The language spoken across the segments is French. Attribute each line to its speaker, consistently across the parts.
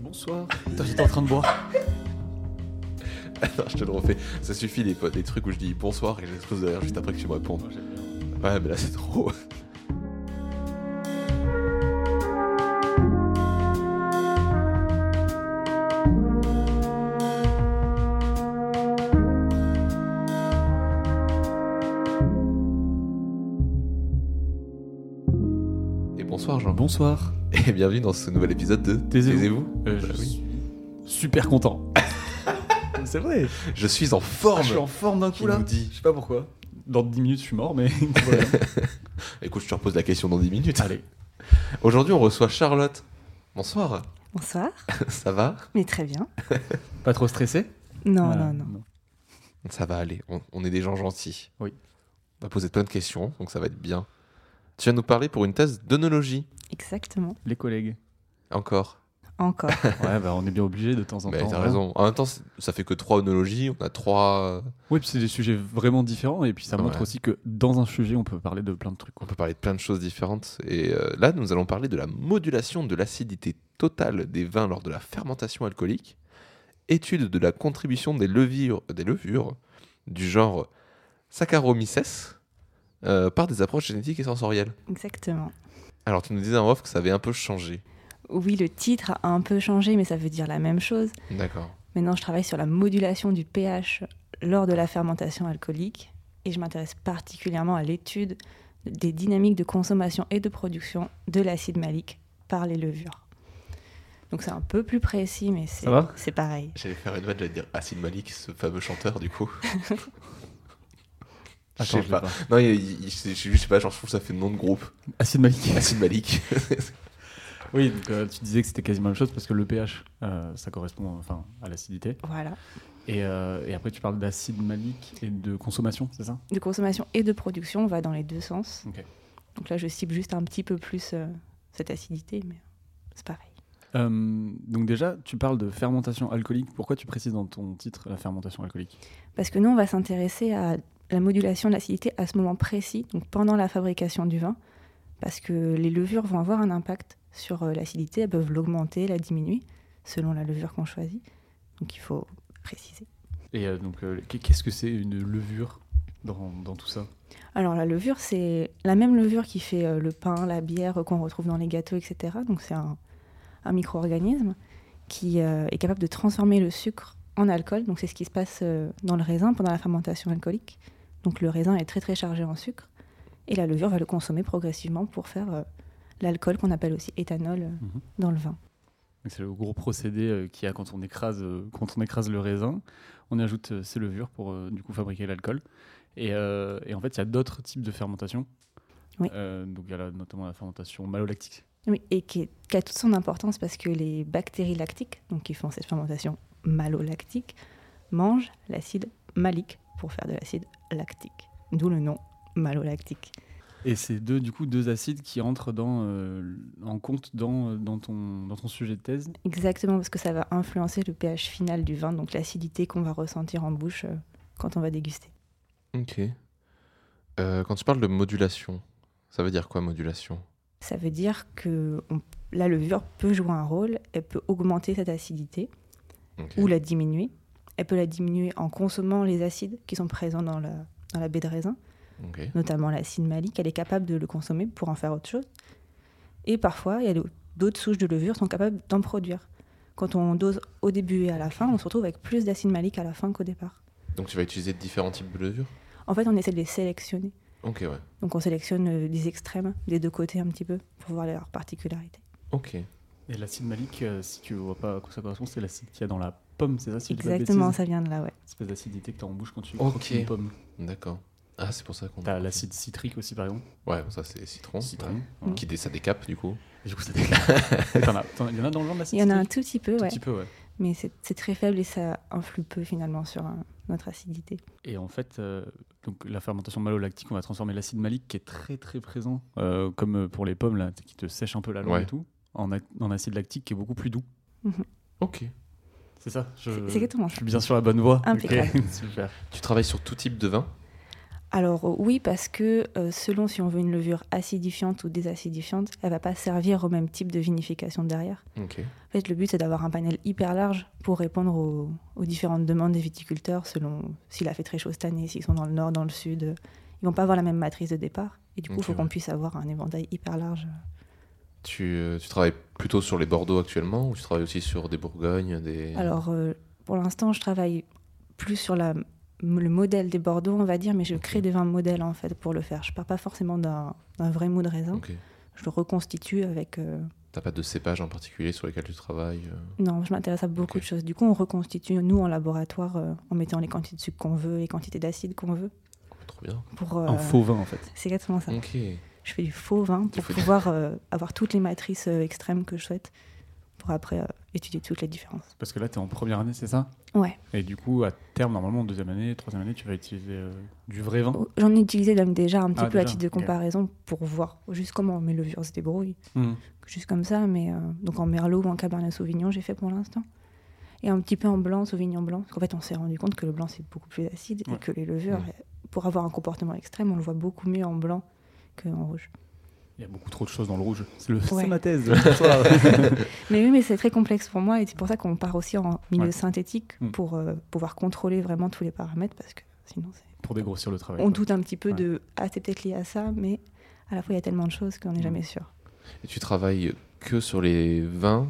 Speaker 1: Bonsoir. Putain, j'étais en train de boire.
Speaker 2: Non, je te le refais. Ça suffit des, des trucs où je dis bonsoir et j'explose derrière juste après que tu me répondes. Ouais, mais là c'est trop. Et bonsoir Jean.
Speaker 1: Bonsoir.
Speaker 2: Et bienvenue dans ce nouvel épisode de
Speaker 1: Taisez-vous.
Speaker 2: Taisez-vous. Bah
Speaker 1: Euh, je
Speaker 2: oui.
Speaker 1: suis super content. C'est vrai.
Speaker 2: Je suis en
Speaker 1: Ah,
Speaker 2: forme.
Speaker 1: je suis en forme d'un
Speaker 2: Qui
Speaker 1: coup là.
Speaker 2: nous dit
Speaker 1: Je sais pas pourquoi. Dans 10 minutes, je suis mort, mais voilà.
Speaker 2: Écoute, je te repose la question dans 10 minutes.
Speaker 1: Allez.
Speaker 2: Aujourd'hui, on reçoit Charlotte. Bonsoir.
Speaker 3: Bonsoir,
Speaker 2: Ça va
Speaker 3: mais très bien.
Speaker 1: Pas trop stressé
Speaker 3: Non,
Speaker 1: Voilà,
Speaker 3: non, non.
Speaker 2: Ça va aller. On, on est des gens gentils.
Speaker 1: Oui.
Speaker 2: On va poser plein de questions, donc ça va être bien. Tu viens nous parler pour une thèse d'onologie.
Speaker 3: Exactement.
Speaker 1: Les collègues.
Speaker 2: Encore.
Speaker 3: Encore.
Speaker 1: Ouais, bah on est bien obligé de temps en
Speaker 2: Mais
Speaker 1: temps.
Speaker 2: t'as
Speaker 1: hein.
Speaker 2: raison. En même temps, c'est- ça fait que trois onologies. On a trois. euh,
Speaker 1: Oui, puis c'est des sujets vraiment différents et puis ça montre
Speaker 2: Ouais.
Speaker 1: aussi que dans un sujet, on peut parler de plein de trucs.
Speaker 2: On peut parler de plein de choses différentes. Et euh, là, nous allons parler de la modulation de l'acidité totale des vins lors de la fermentation alcoolique. Étude de la contribution des levures, des levures du genre Saccharomyces euh, par des approches génétiques et sensorielles.
Speaker 3: Exactement.
Speaker 2: Alors, tu nous disais en off que ça avait un peu changé.
Speaker 3: Oui, le titre a un peu changé, mais ça veut dire la même chose.
Speaker 2: D'accord.
Speaker 3: Maintenant, je travaille sur la modulation du pH lors de la fermentation alcoolique et je m'intéresse particulièrement à l'étude des dynamiques de consommation et de production de l'acide malique par les levures. Donc c'est un peu plus précis, mais c'est
Speaker 1: Ça va
Speaker 3: c'est pareil.
Speaker 2: J'allais faire une vanne, j'allais dire Acid Malik, ce fameux chanteur, du coup. Je sais
Speaker 1: Attends, je l'ai
Speaker 2: pas. Non, il- il- il- je je sais pas, genre, je trouve que ça fait le nom de groupe.
Speaker 1: Acide malique.
Speaker 2: Acid Malik.
Speaker 1: Oui, donc, euh, tu disais que c'était quasiment la même chose parce que le pH, euh, ça correspond enfin, à l'acidité.
Speaker 3: Voilà.
Speaker 1: Et, euh, et après, tu parles d'acide malique et de consommation, c'est ça
Speaker 3: de consommation et de production, on va dans les deux sens.
Speaker 1: Ok.
Speaker 3: Donc là, je cible juste un petit peu plus euh, cette acidité, mais c'est pareil.
Speaker 1: Euh, Donc déjà, tu parles de fermentation alcoolique. Pourquoi tu précises dans ton titre la fermentation alcoolique
Speaker 3: Parce que nous, on va s'intéresser à la modulation de l'acidité à ce moment précis, donc pendant la fabrication du vin, parce que les levures vont avoir un impact sur euh, l'acidité, elles peuvent l'augmenter, la diminuer, selon la levure qu'on choisit. Donc il faut préciser.
Speaker 1: Et euh, donc, euh, qu'est- qu'est-ce que c'est une levure dans, dans tout ça
Speaker 3: Alors la levure, c'est la même levure qui fait euh, le pain, la bière euh, qu'on retrouve dans les gâteaux, etc. Donc c'est un, un micro-organisme qui euh, est capable de transformer le sucre en alcool. Donc c'est ce qui se passe euh, dans le raisin pendant la fermentation alcoolique. Donc le raisin est très très chargé en sucre et la levure va le consommer progressivement pour faire euh, l'alcool qu'on appelle aussi éthanol euh,
Speaker 1: Mhm.
Speaker 3: dans le vin.
Speaker 1: Donc, C'est le gros procédé euh, qu'il y a quand on écrase, euh, quand on écrase le raisin. On y ajoute euh, ces levures pour euh, du coup fabriquer l'alcool. Et, euh, et en fait, il y a d'autres types de fermentation.
Speaker 3: Oui.
Speaker 1: Euh, donc il y a la- notamment la fermentation malolactique.
Speaker 3: Oui, et qui, est- qui a toute son importance parce que les bactéries lactiques, donc qui font cette fermentation malolactique, mangent l'acide malique pour faire de l'acide lactique. D'où le nom malolactique.
Speaker 1: Et c'est deux, du coup, deux acides qui entrent dans, euh, en compte dans, euh, dans, ton, dans ton sujet de thèse.
Speaker 3: Exactement, parce que ça va influencer le pH final du vin, donc l'acidité qu'on va ressentir en bouche euh, quand on va déguster.
Speaker 2: ok. Euh, quand tu parles de modulation, ça veut dire quoi, modulation
Speaker 3: Ça veut dire que on- la levure peut jouer un rôle, elle peut augmenter cette acidité
Speaker 2: Ok.
Speaker 3: ou la diminuer. Elle peut la diminuer en consommant les acides qui sont présents dans la, dans la baie de raisin.
Speaker 2: Ok.
Speaker 3: notamment l'acide malique, elle est capable de le consommer pour en faire autre chose. Et parfois, il y a d'au- d'autres souches de levure sont capables d'en produire. Quand on dose au début et à la fin, on se retrouve avec plus d'acide malique à la fin qu'au départ.
Speaker 2: Donc tu vas utiliser différents types de levures
Speaker 3: En fait, on essaie de les sélectionner.
Speaker 2: Ok, ouais.
Speaker 3: Donc on sélectionne euh, des extrêmes des deux côtés un petit peu pour voir leurs particularités.
Speaker 2: Ok.
Speaker 1: Et l'acide malique, euh, si tu vois pas à quoi ça correspond, c'est l'acide qu'il y a dans la pomme, c'est ça si je dis pas de
Speaker 3: Exactement,
Speaker 1: bêtises
Speaker 3: ça vient de là, ouais.
Speaker 1: Une espèce d'acidité que tu as en bouche quand tu
Speaker 2: Ok.
Speaker 1: croques une pomme.
Speaker 2: D'accord. Ah, c'est pour ça qu'on.
Speaker 1: Tu as l'acide citrique aussi, par exemple.
Speaker 2: Ouais, ça c'est citron.
Speaker 1: Citron.
Speaker 2: Ouais. Qui dé- ça décape du coup.
Speaker 1: Et du coup, ça décale. Et t'en as- t'en- Il y en a dans le genre
Speaker 3: Il
Speaker 1: d'acide
Speaker 3: y en a un
Speaker 1: citrique
Speaker 3: tout petit peu,
Speaker 1: Tout
Speaker 3: ouais.
Speaker 1: petit peu, ouais.
Speaker 3: Mais c'est c'est très faible et ça influe peu finalement sur euh, notre acidité.
Speaker 1: Et en fait, euh, donc la fermentation malolactique, on va transformer l'acide malique qui est très très présent, euh, comme euh, pour les pommes là, qui te sèche un peu la langue
Speaker 2: Ouais.
Speaker 1: et tout, en, a- en acide lactique qui est beaucoup plus doux.
Speaker 2: Ok.
Speaker 1: C'est ça je-
Speaker 3: C'est- c'est exactement
Speaker 1: Je
Speaker 3: ça.
Speaker 1: suis bien sur la bonne voie.
Speaker 3: Impeccable.
Speaker 1: Ok, Super.
Speaker 2: Tu travailles sur tout type de vin
Speaker 3: Alors euh, oui, parce que euh, selon si on veut une levure acidifiante ou désacidifiante, elle va pas servir au même type de vinification derrière.
Speaker 2: Ok.
Speaker 3: En fait, le but, c'est d'avoir un panel hyper large pour répondre aux, aux différentes demandes des viticulteurs selon s'il a fait très chaud cette année, s'ils sont dans le nord, dans le sud. euh, Ils vont pas avoir la même matrice de départ. Et du coup, il
Speaker 2: Ok,
Speaker 3: faut qu'on
Speaker 2: ouais.
Speaker 3: puisse avoir un éventail hyper large.
Speaker 2: Tu, euh, tu travailles plutôt sur les Bordeaux actuellement ou tu travailles aussi sur des Bourgognes des...
Speaker 3: Alors, euh, pour l'instant, je travaille plus sur la, le modèle des Bordeaux, on va dire, mais je crée des vins modèles, en fait, pour le faire. Je pars pas forcément d'un d'un vrai mot de raisin.
Speaker 2: Ok. Mm.
Speaker 3: Je le reconstitue avec... euh,
Speaker 2: T'as pas de cépages en particulier sur lesquels tu travailles euh,
Speaker 3: Non, je m'intéresse à beaucoup
Speaker 2: Ok.
Speaker 3: de choses. Du coup, on reconstitue, nous, en laboratoire, euh, en mettant les quantités de sucre qu'on veut, les quantités d'acide qu'on veut.
Speaker 2: Trop bien.
Speaker 3: Pour, euh,
Speaker 1: Un faux vin, en fait.
Speaker 3: C'est exactement ça.
Speaker 2: Ok.
Speaker 3: Je fais du faux vin
Speaker 2: Il
Speaker 3: pour
Speaker 2: faut-
Speaker 3: pouvoir euh, avoir toutes les matrices euh, extrêmes que je souhaite, pour après euh, étudier toutes les différences.
Speaker 1: Parce que là, tu es en première année, c'est ça
Speaker 3: Ouais.
Speaker 1: Et du coup, à terme, normalement, en deuxième année, troisième année, tu vas utiliser euh, du vrai vin.
Speaker 3: J'en ai utilisé même déjà un petit
Speaker 1: Ah,
Speaker 3: peu à
Speaker 1: déjà,
Speaker 3: titre de
Speaker 1: ok.
Speaker 3: comparaison pour voir juste comment mes levures se débrouillent.
Speaker 1: Hmm.
Speaker 3: juste comme ça, mais euh, donc en merlot ou en cabernet sauvignon, j'ai fait pour l'instant. Et un petit peu en blanc, sauvignon blanc. Parce qu'en fait, on s'est rendu compte que le blanc, c'est beaucoup plus acide
Speaker 1: Ouais.
Speaker 3: et que les levures,
Speaker 2: Ouais.
Speaker 3: euh, pour avoir un comportement extrême, on le voit beaucoup mieux en blanc qu'en rouge.
Speaker 1: Il y a beaucoup trop de choses dans le rouge. C'est le-
Speaker 3: Ouais.
Speaker 1: c'est ma thèse. ce soir.
Speaker 3: Mais oui, mais c'est très complexe pour moi et c'est pour ça qu'on part aussi en milieu
Speaker 1: Ouais.
Speaker 3: synthétique
Speaker 1: Mm.
Speaker 3: pour euh, pouvoir contrôler vraiment tous les paramètres parce que sinon, c'est-
Speaker 1: Pour dégrossir le travail.
Speaker 3: on
Speaker 1: quoi.
Speaker 3: doute un petit peu
Speaker 1: Ouais.
Speaker 3: de ah, c'est peut-être lié à ça, mais à la fois, il y a tellement de choses qu'on n'est
Speaker 1: Mm.
Speaker 3: jamais sûr.
Speaker 2: Et tu travailles que sur les vins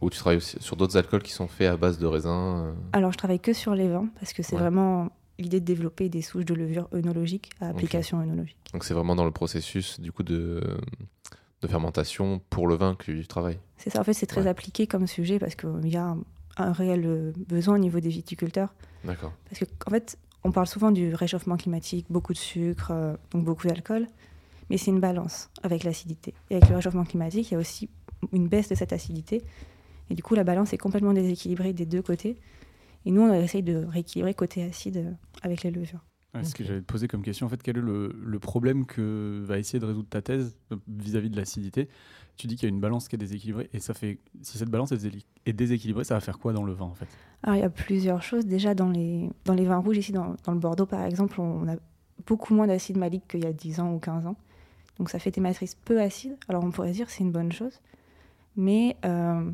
Speaker 2: ou tu travailles aussi sur d'autres alcools qui sont faits à base de raisins euh,
Speaker 3: Alors, je travaille que sur les vins parce que c'est
Speaker 2: Ouais.
Speaker 3: vraiment l'idée de développer des souches de levures œnologiques à application œnologique.
Speaker 2: Donc c'est vraiment dans le processus du coup de, de fermentation pour le vin que tu travailles.
Speaker 3: C'est ça, en fait, c'est très
Speaker 2: Ouais.
Speaker 3: appliqué comme sujet parce qu'il y a un, un réel euh, besoin au niveau des viticulteurs.
Speaker 2: D'accord.
Speaker 3: Parce que, en fait, on parle souvent du réchauffement climatique, beaucoup de sucre, euh, donc beaucoup d'alcool, mais c'est une balance avec l'acidité. Et avec le réchauffement climatique, il y a aussi une baisse de cette acidité. Et du coup, la balance est complètement déséquilibrée des deux côtés. Et nous, on essaye de rééquilibrer côté acide euh, avec les levures.
Speaker 1: Ouais, Ce
Speaker 2: Ok.
Speaker 1: que j'allais te poser comme question, en fait, quel est le, le problème que va essayer de résoudre ta thèse euh, vis-à-vis de l'acidité Tu dis qu'il y a une balance qui est déséquilibrée, et ça fait, si cette balance est déséquil- est déséquilibrée, ça va faire quoi dans le vin, en fait
Speaker 3: Alors, il y a plusieurs choses. Déjà, dans les, dans les vins rouges, ici, dans, dans le Bordeaux, par exemple, on, on a beaucoup moins d'acide malique qu'il y a 10 ans ou 15 ans. Donc, ça fait des matrices peu acides. Alors, on pourrait dire que c'est une bonne chose. Mais, euh,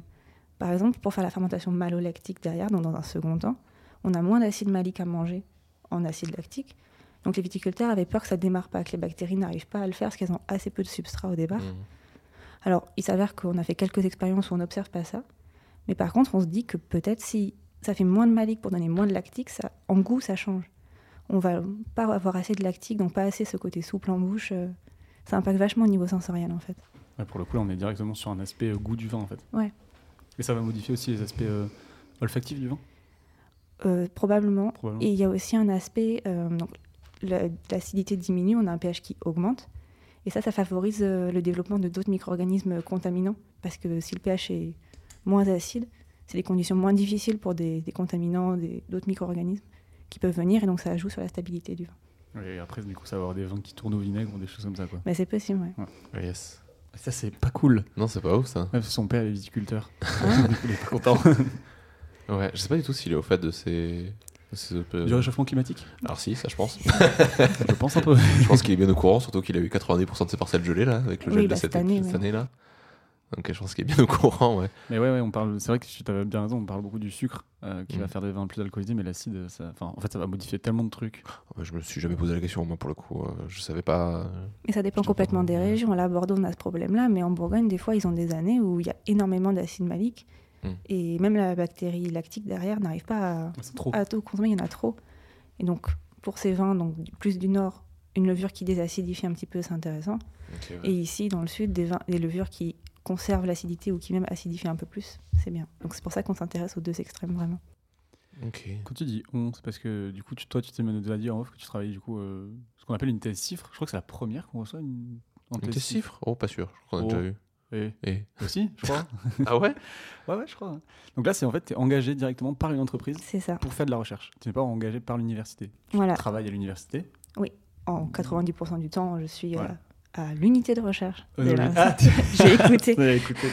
Speaker 3: par exemple, pour faire la fermentation malolactique derrière, donc dans un second temps, on a moins d'acide malique à manger en acide lactique. Donc, les viticulteurs avaient peur que ça démarre pas, que les bactéries n'arrivent pas à le faire parce qu'elles ont assez peu de substrat au départ.
Speaker 2: Mhm.
Speaker 3: Alors, il s'avère qu'on a fait quelques expériences où on n'observe pas ça. Mais par contre, on se dit que peut-être si ça fait moins de malique pour donner moins de lactique, ça, en goût, ça change. On va pas avoir assez de lactique, donc pas assez ce côté souple en bouche. euh, Ça impacte vachement au niveau sensoriel, en fait.
Speaker 1: Ouais, Pour le coup, là, on est directement sur un aspect euh, goût du vin, en fait.
Speaker 3: Ouais.
Speaker 1: Et ça va modifier aussi les aspects euh, olfactifs du vin,
Speaker 3: Euh, probablement.
Speaker 1: probablement.
Speaker 3: Et il y a aussi un aspect, euh, donc la- l'acidité diminue, on a un pH qui augmente. Et ça, ça favorise euh, le développement de d'autres micro-organismes contaminants. Parce que si le pH est moins acide, c'est des conditions moins difficiles pour des, des contaminants, des- d'autres micro-organismes qui peuvent venir. Et donc, ça joue sur la stabilité du vin.
Speaker 1: Et après, du coup, ça va avoir des vins qui tournent au vinaigre ou des choses comme ça, quoi.
Speaker 3: Mais c'est possible, ouais.
Speaker 2: Ah, Yes.
Speaker 1: Ça, c'est pas cool.
Speaker 2: Non, c'est pas ouf ça.
Speaker 1: Ouais, son père est viticulteur.
Speaker 3: Ah.
Speaker 1: Du coup, il est pas content.
Speaker 2: Ouais, je sais pas du tout s'il est au fait de ces. de ces- euh,
Speaker 1: du réchauffement climatique
Speaker 2: Alors si, ça je pense.
Speaker 1: Je pense un peu.
Speaker 2: je pense qu'il est bien au courant, surtout qu'il a eu 90% de ses parcelles gelées là, avec le
Speaker 3: Oui,
Speaker 2: gel de
Speaker 3: bah,
Speaker 2: cette,
Speaker 3: cette année,
Speaker 2: cette
Speaker 3: ouais.
Speaker 2: année-là. Donc je pense qu'il est bien au courant, ouais.
Speaker 1: Mais ouais, ouais, on parle. C'est vrai que tu avais bien raison. On parle beaucoup du sucre euh, qui va
Speaker 2: Mm.
Speaker 1: faire des vins plus alcoolisés, mais l'acide, ça. Enfin, en fait, ça va modifier tellement de trucs.
Speaker 2: Ouais, Je me suis jamais posé la question, moi pour le coup. euh, Je savais pas. euh,
Speaker 3: Mais ça dépend
Speaker 2: Je comprends,
Speaker 3: complètement des
Speaker 2: ouais.
Speaker 3: régions. Là, à Bordeaux, on a ce problème-là, mais en Bourgogne, des fois, ils ont des années où il y a énormément d'acide malique.
Speaker 2: Mm.
Speaker 3: Et même la bactérie lactique derrière n'arrive pas à,
Speaker 1: C'est trop.
Speaker 3: à tout consommer, il y en a trop. Et donc, pour ces vins, donc du- plus du nord, une levure qui désacidifie un petit peu, c'est intéressant. Et ici, dans le sud, des, vins, des levures qui conservent l'acidité ou qui même acidifient un peu plus, c'est bien. Donc, c'est pour ça qu'on s'intéresse aux deux extrêmes, vraiment.
Speaker 2: Ok.
Speaker 1: Quand tu dis on, c'est parce que du coup, tu- toi, tu t'es mené à dire en off que tu travailles du coup euh, ce qu'on appelle une thèse cifre. Je crois que c'est la première qu'on reçoit une. en
Speaker 2: Tes chiffres Oh, pas sûr. Je crois qu'on a
Speaker 1: Oh.
Speaker 2: déjà eu.
Speaker 1: Et
Speaker 2: Et...
Speaker 1: aussi, je crois.
Speaker 2: Ah ouais
Speaker 1: ouais, ouais, je crois. hein. Donc là, c'est en fait, tu es engagé directement par une entreprise
Speaker 3: C'est ça.
Speaker 1: pour faire de la recherche. Tu n'es pas engagé par l'université. Tu
Speaker 3: Voilà.
Speaker 1: travailles à l'université.
Speaker 3: En 90% du temps, je suis euh,
Speaker 1: Voilà.
Speaker 3: à l'unité de recherche.
Speaker 1: Euh,
Speaker 3: de
Speaker 1: non,
Speaker 3: la-
Speaker 1: mais- Ah, tu-
Speaker 3: J'ai écouté.
Speaker 1: Ouais, écoutez,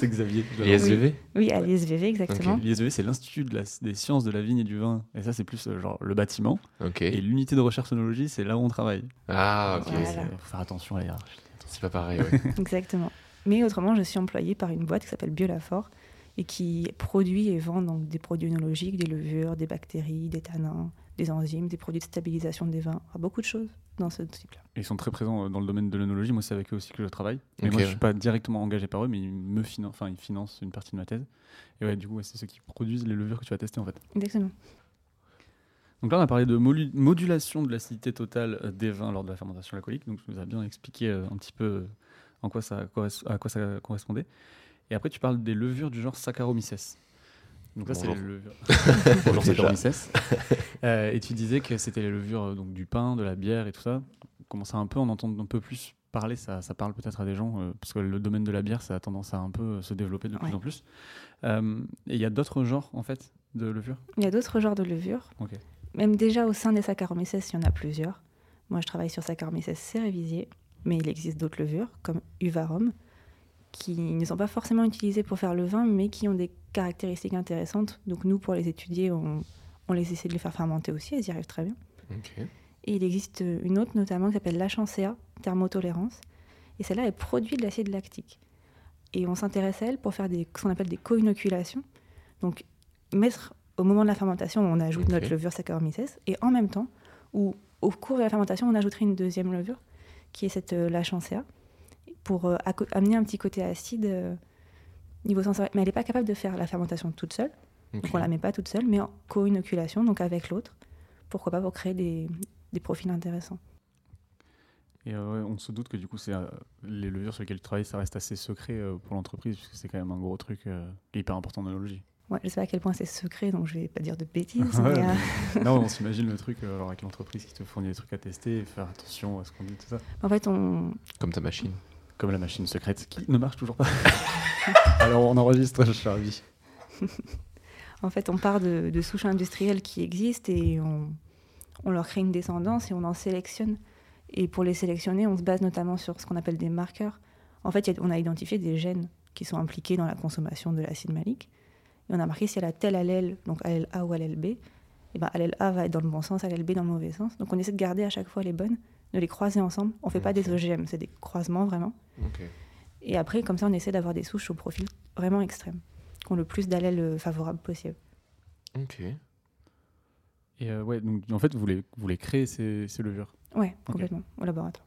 Speaker 1: c'est Xavier. je l'avais
Speaker 2: ISVV
Speaker 3: Oui, à l'ISVV, exactement.
Speaker 1: Ok, L'ISV, c'est l'Institut de la- des sciences de la vigne et du vin. Et ça, c'est plus euh, genre le bâtiment.
Speaker 2: Ok.
Speaker 1: Et l'unité de recherche sonologie, c'est là où on travaille.
Speaker 2: Ah, ok.
Speaker 1: Donc,
Speaker 3: Voilà.
Speaker 1: c'est- euh, faut faire attention à la hiérarchie.
Speaker 2: C'est pas pareil, ouais.
Speaker 3: Exactement. Mais autrement, je suis employée par une boîte qui s'appelle Biolafort et qui produit et vend donc des produits œnologiques, des levures, des bactéries, des tanins, des enzymes, des produits de stabilisation des vins, Enfin, beaucoup de choses dans ce type-là.
Speaker 1: Et Ils sont très présents euh, dans le domaine de l'œnologie. Moi, c'est avec eux aussi que je travaille. Mais
Speaker 2: Ok,
Speaker 1: moi, je
Speaker 2: ouais.
Speaker 1: suis pas directement engagé par eux, mais ils me financent, enfin, ils financent une partie de ma thèse. Et ouais, du coup, ouais, c'est ceux qui produisent les levures que tu vas tester en fait.
Speaker 3: Exactement.
Speaker 1: Donc là, on a parlé de molu- modulation de l'acidité totale euh, des vins lors de la fermentation alcoolique. Donc, tu nous as bien expliqué euh, un petit peu euh, en quoi ça, corres- à quoi ça correspondait. Et après, tu parles des levures du genre Saccharomyces. Donc là, c'est les
Speaker 2: Bonjour.
Speaker 1: levures. Bonjour, Saccharomyces. Euh, et tu disais que c'était les levures euh, donc, du pain, de la bière et tout ça. On commence à un peu en entendre un peu plus parler. Ça, ça parle peut-être à des gens, euh, parce que le domaine de la bière, ça a tendance à un peu euh, se développer de
Speaker 3: Ouais.
Speaker 1: plus en plus. Euh, et il y a d'autres genres, en fait, de levures
Speaker 3: Il y a d'autres genres de levures.
Speaker 1: Ok.
Speaker 3: Même déjà au sein des Saccharomyces, il y en a plusieurs. Moi, je travaille sur Saccharomyces cerevisiae, mais il existe d'autres levures, comme Uvarum, qui ne sont pas forcément utilisées pour faire le vin, mais qui ont des caractéristiques intéressantes. Donc nous, pour les étudier, on, on les essaie de les faire fermenter aussi, elles y arrivent très bien.
Speaker 2: Ok.
Speaker 3: Et il existe euh, une autre notamment qui s'appelle l'Achancea, thermotolérance. Et celle-là, elle produit de l'acide lactique. Et on s'intéresse à elle pour faire des, ce qu'on appelle des co-inoculations. Donc, mettre au moment de la fermentation, on ajoute
Speaker 2: Ok.
Speaker 3: notre levure Saccharomyces. Et en même temps, ou au cours de la fermentation, on ajouterait une deuxième levure, qui est cette euh, l'Achancea, pour euh, acco- amener un petit côté acide euh, niveau sensoriel. Mais elle n'est pas capable de faire la fermentation toute seule.
Speaker 2: ok.
Speaker 3: Donc on la met pas toute seule, mais en co-inoculation, donc avec l'autre. Pourquoi pas pour créer des, des profils intéressants.
Speaker 1: Et euh, ouais, on se doute que du coup, c'est euh, les levures sur lesquelles tu travailles, ça reste assez secret euh, pour l'entreprise, puisque c'est quand même un gros truc euh, hyper important dans l'ologie.
Speaker 3: Ouais, je sais pas à quel point c'est secret, donc je vais pas dire de bêtises.
Speaker 1: Ouais,
Speaker 3: mais, euh,
Speaker 1: non, on s'imagine le truc euh, alors avec l'entreprise qui te fournit des trucs à tester, et faire attention à ce qu'on dit, tout ça.
Speaker 3: En fait, on,
Speaker 2: Comme ta machine.
Speaker 1: Comme la machine secrète qui ne marche toujours pas. alors on enregistre, je suis ravi.
Speaker 3: en fait, on part de, de souches industrielles qui existent et on, on leur crée une descendance et on en sélectionne. Et pour les sélectionner, on se base notamment sur ce qu'on appelle des marqueurs. En fait, il y a- on a identifié des gènes qui sont impliqués dans la consommation de l'acide malique. Et on a marqué si elle a tel allèle, donc allèle A ou allèle B, et ben allèle A va être dans le bon sens, allèle B dans le mauvais sens. Donc on essaie de garder à chaque fois les bonnes, de les croiser ensemble. On ne fait pas des
Speaker 2: Ok.
Speaker 3: OGM, c'est des croisements vraiment.
Speaker 2: Ok.
Speaker 3: Et après, comme ça, on essaie d'avoir des souches au profil vraiment extrême, qui ont le plus d'allèles favorables possible.
Speaker 2: Ok.
Speaker 1: Et euh, ouais, donc en fait, vous les, vous les créez ces, ces levures.
Speaker 3: Ouais, complètement, au laboratoire.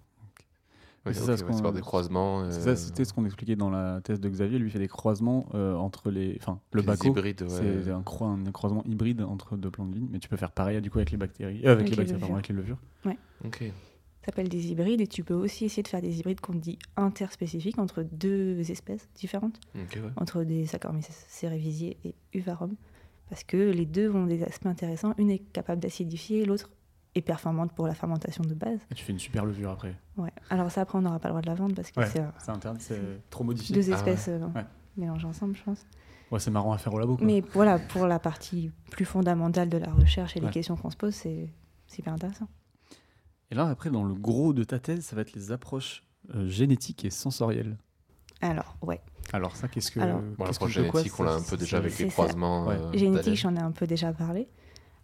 Speaker 2: Ouais,
Speaker 1: c'est
Speaker 2: ok,
Speaker 1: ça,
Speaker 2: ouais,
Speaker 1: ce
Speaker 2: c'est
Speaker 1: qu'on-
Speaker 2: par des croisements.
Speaker 1: C'est
Speaker 2: euh,
Speaker 1: ça, c'était ce qu'on expliquait dans la thèse de Xavier. Lui, il fait des croisements euh, entre les. Enfin, le
Speaker 2: des
Speaker 1: baco.
Speaker 2: hybrides, ouais.
Speaker 1: C'est un, croi- un croisement hybride entre deux plans de ligne, mais tu peux faire pareil du coup avec les bactéries, euh, avec,
Speaker 3: Avec
Speaker 1: les
Speaker 3: les
Speaker 1: bactéries, pardon,
Speaker 3: levures.
Speaker 1: avec les levures.
Speaker 2: Ok.
Speaker 3: Ça s'appelle des hybrides et tu peux aussi essayer de faire des hybrides qu'on dit interspécifiques entre deux espèces différentes,
Speaker 2: Ok, ouais.
Speaker 3: entre des Saccharomyces cerevisiae et Uvarum, parce que les deux ont des aspects intéressants. Une est capable d'acidifier, l'autre est performante pour la fermentation de base.
Speaker 1: Et Ah, tu fais une super levure après.
Speaker 3: Ouais. Alors ça, après, on n'aura pas le droit de la vendre parce que
Speaker 1: Ouais.
Speaker 3: c'est euh,
Speaker 1: C'est interne, c'est trop modifié.
Speaker 3: deux
Speaker 2: Ah ouais.
Speaker 3: espèces euh,
Speaker 1: Ouais.
Speaker 3: mélangées ensemble, je pense.
Speaker 1: Ouais, c'est marrant à faire au labo. Quoi.
Speaker 3: Mais voilà, pour la partie plus fondamentale de la recherche et
Speaker 1: Ouais.
Speaker 3: les questions qu'on se pose, c'est c'est hyper intéressant.
Speaker 1: Et là, après, dans le gros de ta thèse, ça va être les approches euh, génétiques et sensorielles.
Speaker 3: Alors, ouais.
Speaker 1: Alors, ça, qu'est-ce que.
Speaker 3: Alors-
Speaker 2: Bon,
Speaker 1: qu'est-ce
Speaker 2: l'approche
Speaker 1: que- de quoi
Speaker 2: génétique, on
Speaker 1: ça-
Speaker 2: l'a un peu
Speaker 1: ça-
Speaker 2: déjà avec les
Speaker 3: c'est ça.
Speaker 2: croisements.
Speaker 1: Ouais.
Speaker 2: euh,
Speaker 3: Génétique,
Speaker 2: d'allèles.
Speaker 3: j'en ai un peu déjà parlé.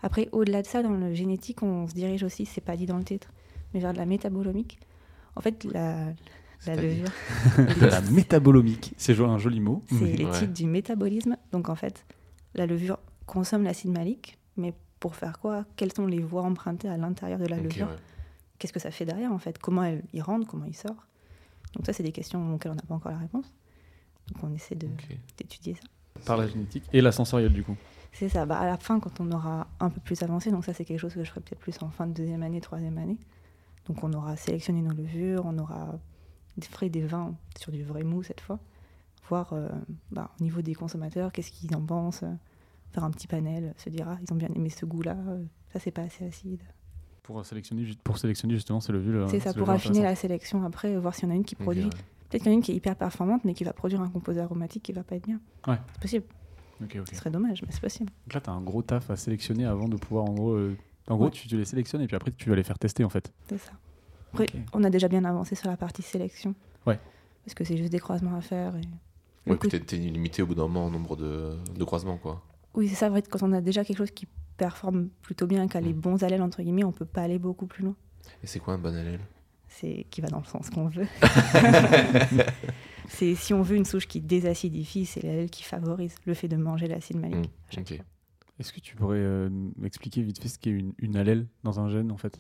Speaker 3: Après, au-delà de ça, dans le génétique, on se dirige aussi, c'est pas dit dans le titre, mais vers de la métabolomique. En fait, la, la
Speaker 2: C'est-à-dire
Speaker 3: levure,
Speaker 1: De la métabolomique. C'est jo- un joli mot.
Speaker 3: c'est
Speaker 1: mais-
Speaker 3: l'éthique
Speaker 2: Ouais.
Speaker 3: du métabolisme. Donc, en fait, la levure consomme l'acide malique, mais pour faire quoi Quelles sont les voies empruntées à l'intérieur de la
Speaker 2: Ok,
Speaker 3: levure
Speaker 2: ouais.
Speaker 3: Qu'est-ce que ça fait derrière, en fait Comment elle y rentre Comment il sort Donc, ça, c'est des questions auxquelles on n'a pas encore la réponse. Donc, on essaie de-
Speaker 2: Ok.
Speaker 3: d'étudier ça.
Speaker 1: Par la génétique et la sensorielle, du coup.
Speaker 3: C'est ça, bah, à la fin, quand on aura un peu plus avancé, donc ça c'est quelque chose que je ferai peut-être plus en fin de deuxième année, troisième année. Donc on aura sélectionné nos levures, on aura fait des vins sur du vrai mou cette fois, voir euh, bah, au niveau des consommateurs, qu'est-ce qu'ils en pensent, euh, faire un petit panel, se dire ah, ils ont bien aimé ce goût-là, euh, ça c'est pas assez acide.
Speaker 1: Pour sélectionner, ju- pour sélectionner justement ces levures.
Speaker 3: c'est ça, pour affiner la sélection après, voir s'il y en a une qui
Speaker 2: Ok,
Speaker 3: produit.
Speaker 2: ouais.
Speaker 3: Peut-être qu'il y en a une qui est hyper performante, mais qui va produire un composé aromatique qui va pas être bien.
Speaker 1: Ouais.
Speaker 3: C'est possible,
Speaker 1: Ok, ok.
Speaker 3: ce serait dommage, mais c'est possible.
Speaker 1: Donc là, tu as un gros taf à sélectionner avant de pouvoir, en gros. euh, En gros,
Speaker 3: Ouais.
Speaker 1: tu, tu les sélectionnes et puis après, tu vas les faire tester, en fait.
Speaker 3: C'est ça. Après,
Speaker 1: Ok.
Speaker 3: on a déjà bien avancé sur la partie sélection.
Speaker 1: Ouais.
Speaker 3: Parce que c'est juste des croisements à faire. et-
Speaker 2: Ouais,
Speaker 3: Du coup,
Speaker 2: puis t'es- t'es limité au bout d'un moment en nombre de, de croisements, quoi.
Speaker 3: Oui, c'est ça, vrai, quand on a déjà quelque chose qui performe plutôt bien, qui a les
Speaker 2: Mm.
Speaker 3: bons allèles, entre guillemets, on peut pas aller beaucoup plus loin.
Speaker 2: Et c'est quoi un bon allèle
Speaker 3: C'est qui va dans le sens qu'on veut. c'est si on veut une souche qui désacidifie, c'est l'allèle qui favorise le fait de manger l'acide malique.
Speaker 2: Mm,
Speaker 3: à chaque
Speaker 2: ok.
Speaker 3: fois.
Speaker 1: Est-ce que tu pourrais euh, m'expliquer vite fait ce qu'est une, une allèle dans un gène en fait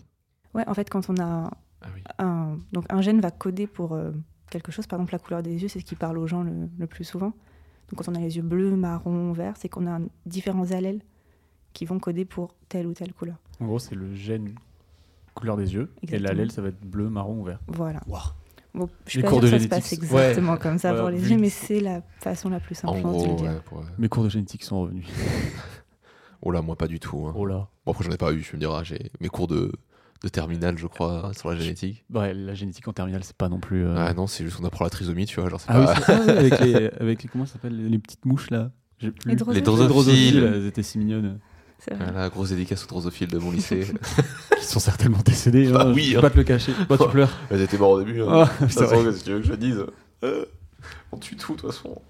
Speaker 3: Ouais, en fait, quand on a
Speaker 2: Ah oui.
Speaker 3: un, donc un gène va coder pour euh, quelque chose. Par exemple, la couleur des yeux, c'est ce qui parle aux gens le, le plus souvent. Donc, quand on a les yeux bleus, marron, vert, c'est qu'on a un- différents allèles qui vont coder pour telle ou telle couleur.
Speaker 1: En gros, c'est le gène couleur des yeux
Speaker 3: Exactement.
Speaker 1: et l'allèle ça va être bleu, marron ou vert.
Speaker 3: Voilà. Bon, je suis
Speaker 1: Les
Speaker 3: pas
Speaker 1: cours
Speaker 3: sûre que
Speaker 1: de
Speaker 3: ça se passe
Speaker 1: génétique.
Speaker 3: exactement comme ça
Speaker 1: Voilà,
Speaker 3: pour les
Speaker 1: vu-
Speaker 3: yeux, mais c'est la façon la plus simple
Speaker 2: En
Speaker 3: je pense, de le
Speaker 2: gros,
Speaker 3: dire.
Speaker 2: ouais, pour- euh,
Speaker 1: Mes cours de génétique sont revenus.
Speaker 2: Oh là, moi pas du tout. hein.
Speaker 1: Oh là.
Speaker 2: Bon, après, j'en ai pas eu, tu me diras. J'ai mes cours de, de terminale, je crois, sur la génétique.
Speaker 1: Ouais, Bah, la génétique en terminale, c'est pas non plus. euh,
Speaker 2: Ah non, c'est juste qu'on apprend la trisomie, tu vois. Genre, c'est
Speaker 1: Ah oui,
Speaker 2: pas-
Speaker 1: c'est- ah oui, avec les, avec les- comment ça s'appelle les, les petites mouches là. J'ai plus-
Speaker 3: Les drosophiles.
Speaker 2: Les drosophiles.
Speaker 1: là, elles étaient si mignonnes.
Speaker 3: C'est vrai.
Speaker 2: Voilà, grosse dédicace aux drosophiles de mon lycée.
Speaker 1: Qui sont certainement décédées.
Speaker 2: Bah
Speaker 1: hein,
Speaker 2: oui,
Speaker 1: je peux
Speaker 2: hein.
Speaker 1: pas te le cacher. Bah tu pleures.
Speaker 2: Elles étaient mortes au début. hein.
Speaker 1: Ah,
Speaker 2: De toute
Speaker 1: c'est
Speaker 2: façon,
Speaker 1: vrai.
Speaker 2: qu'est-ce que tu veux que je dise Euh, On tue tout, de toute façon.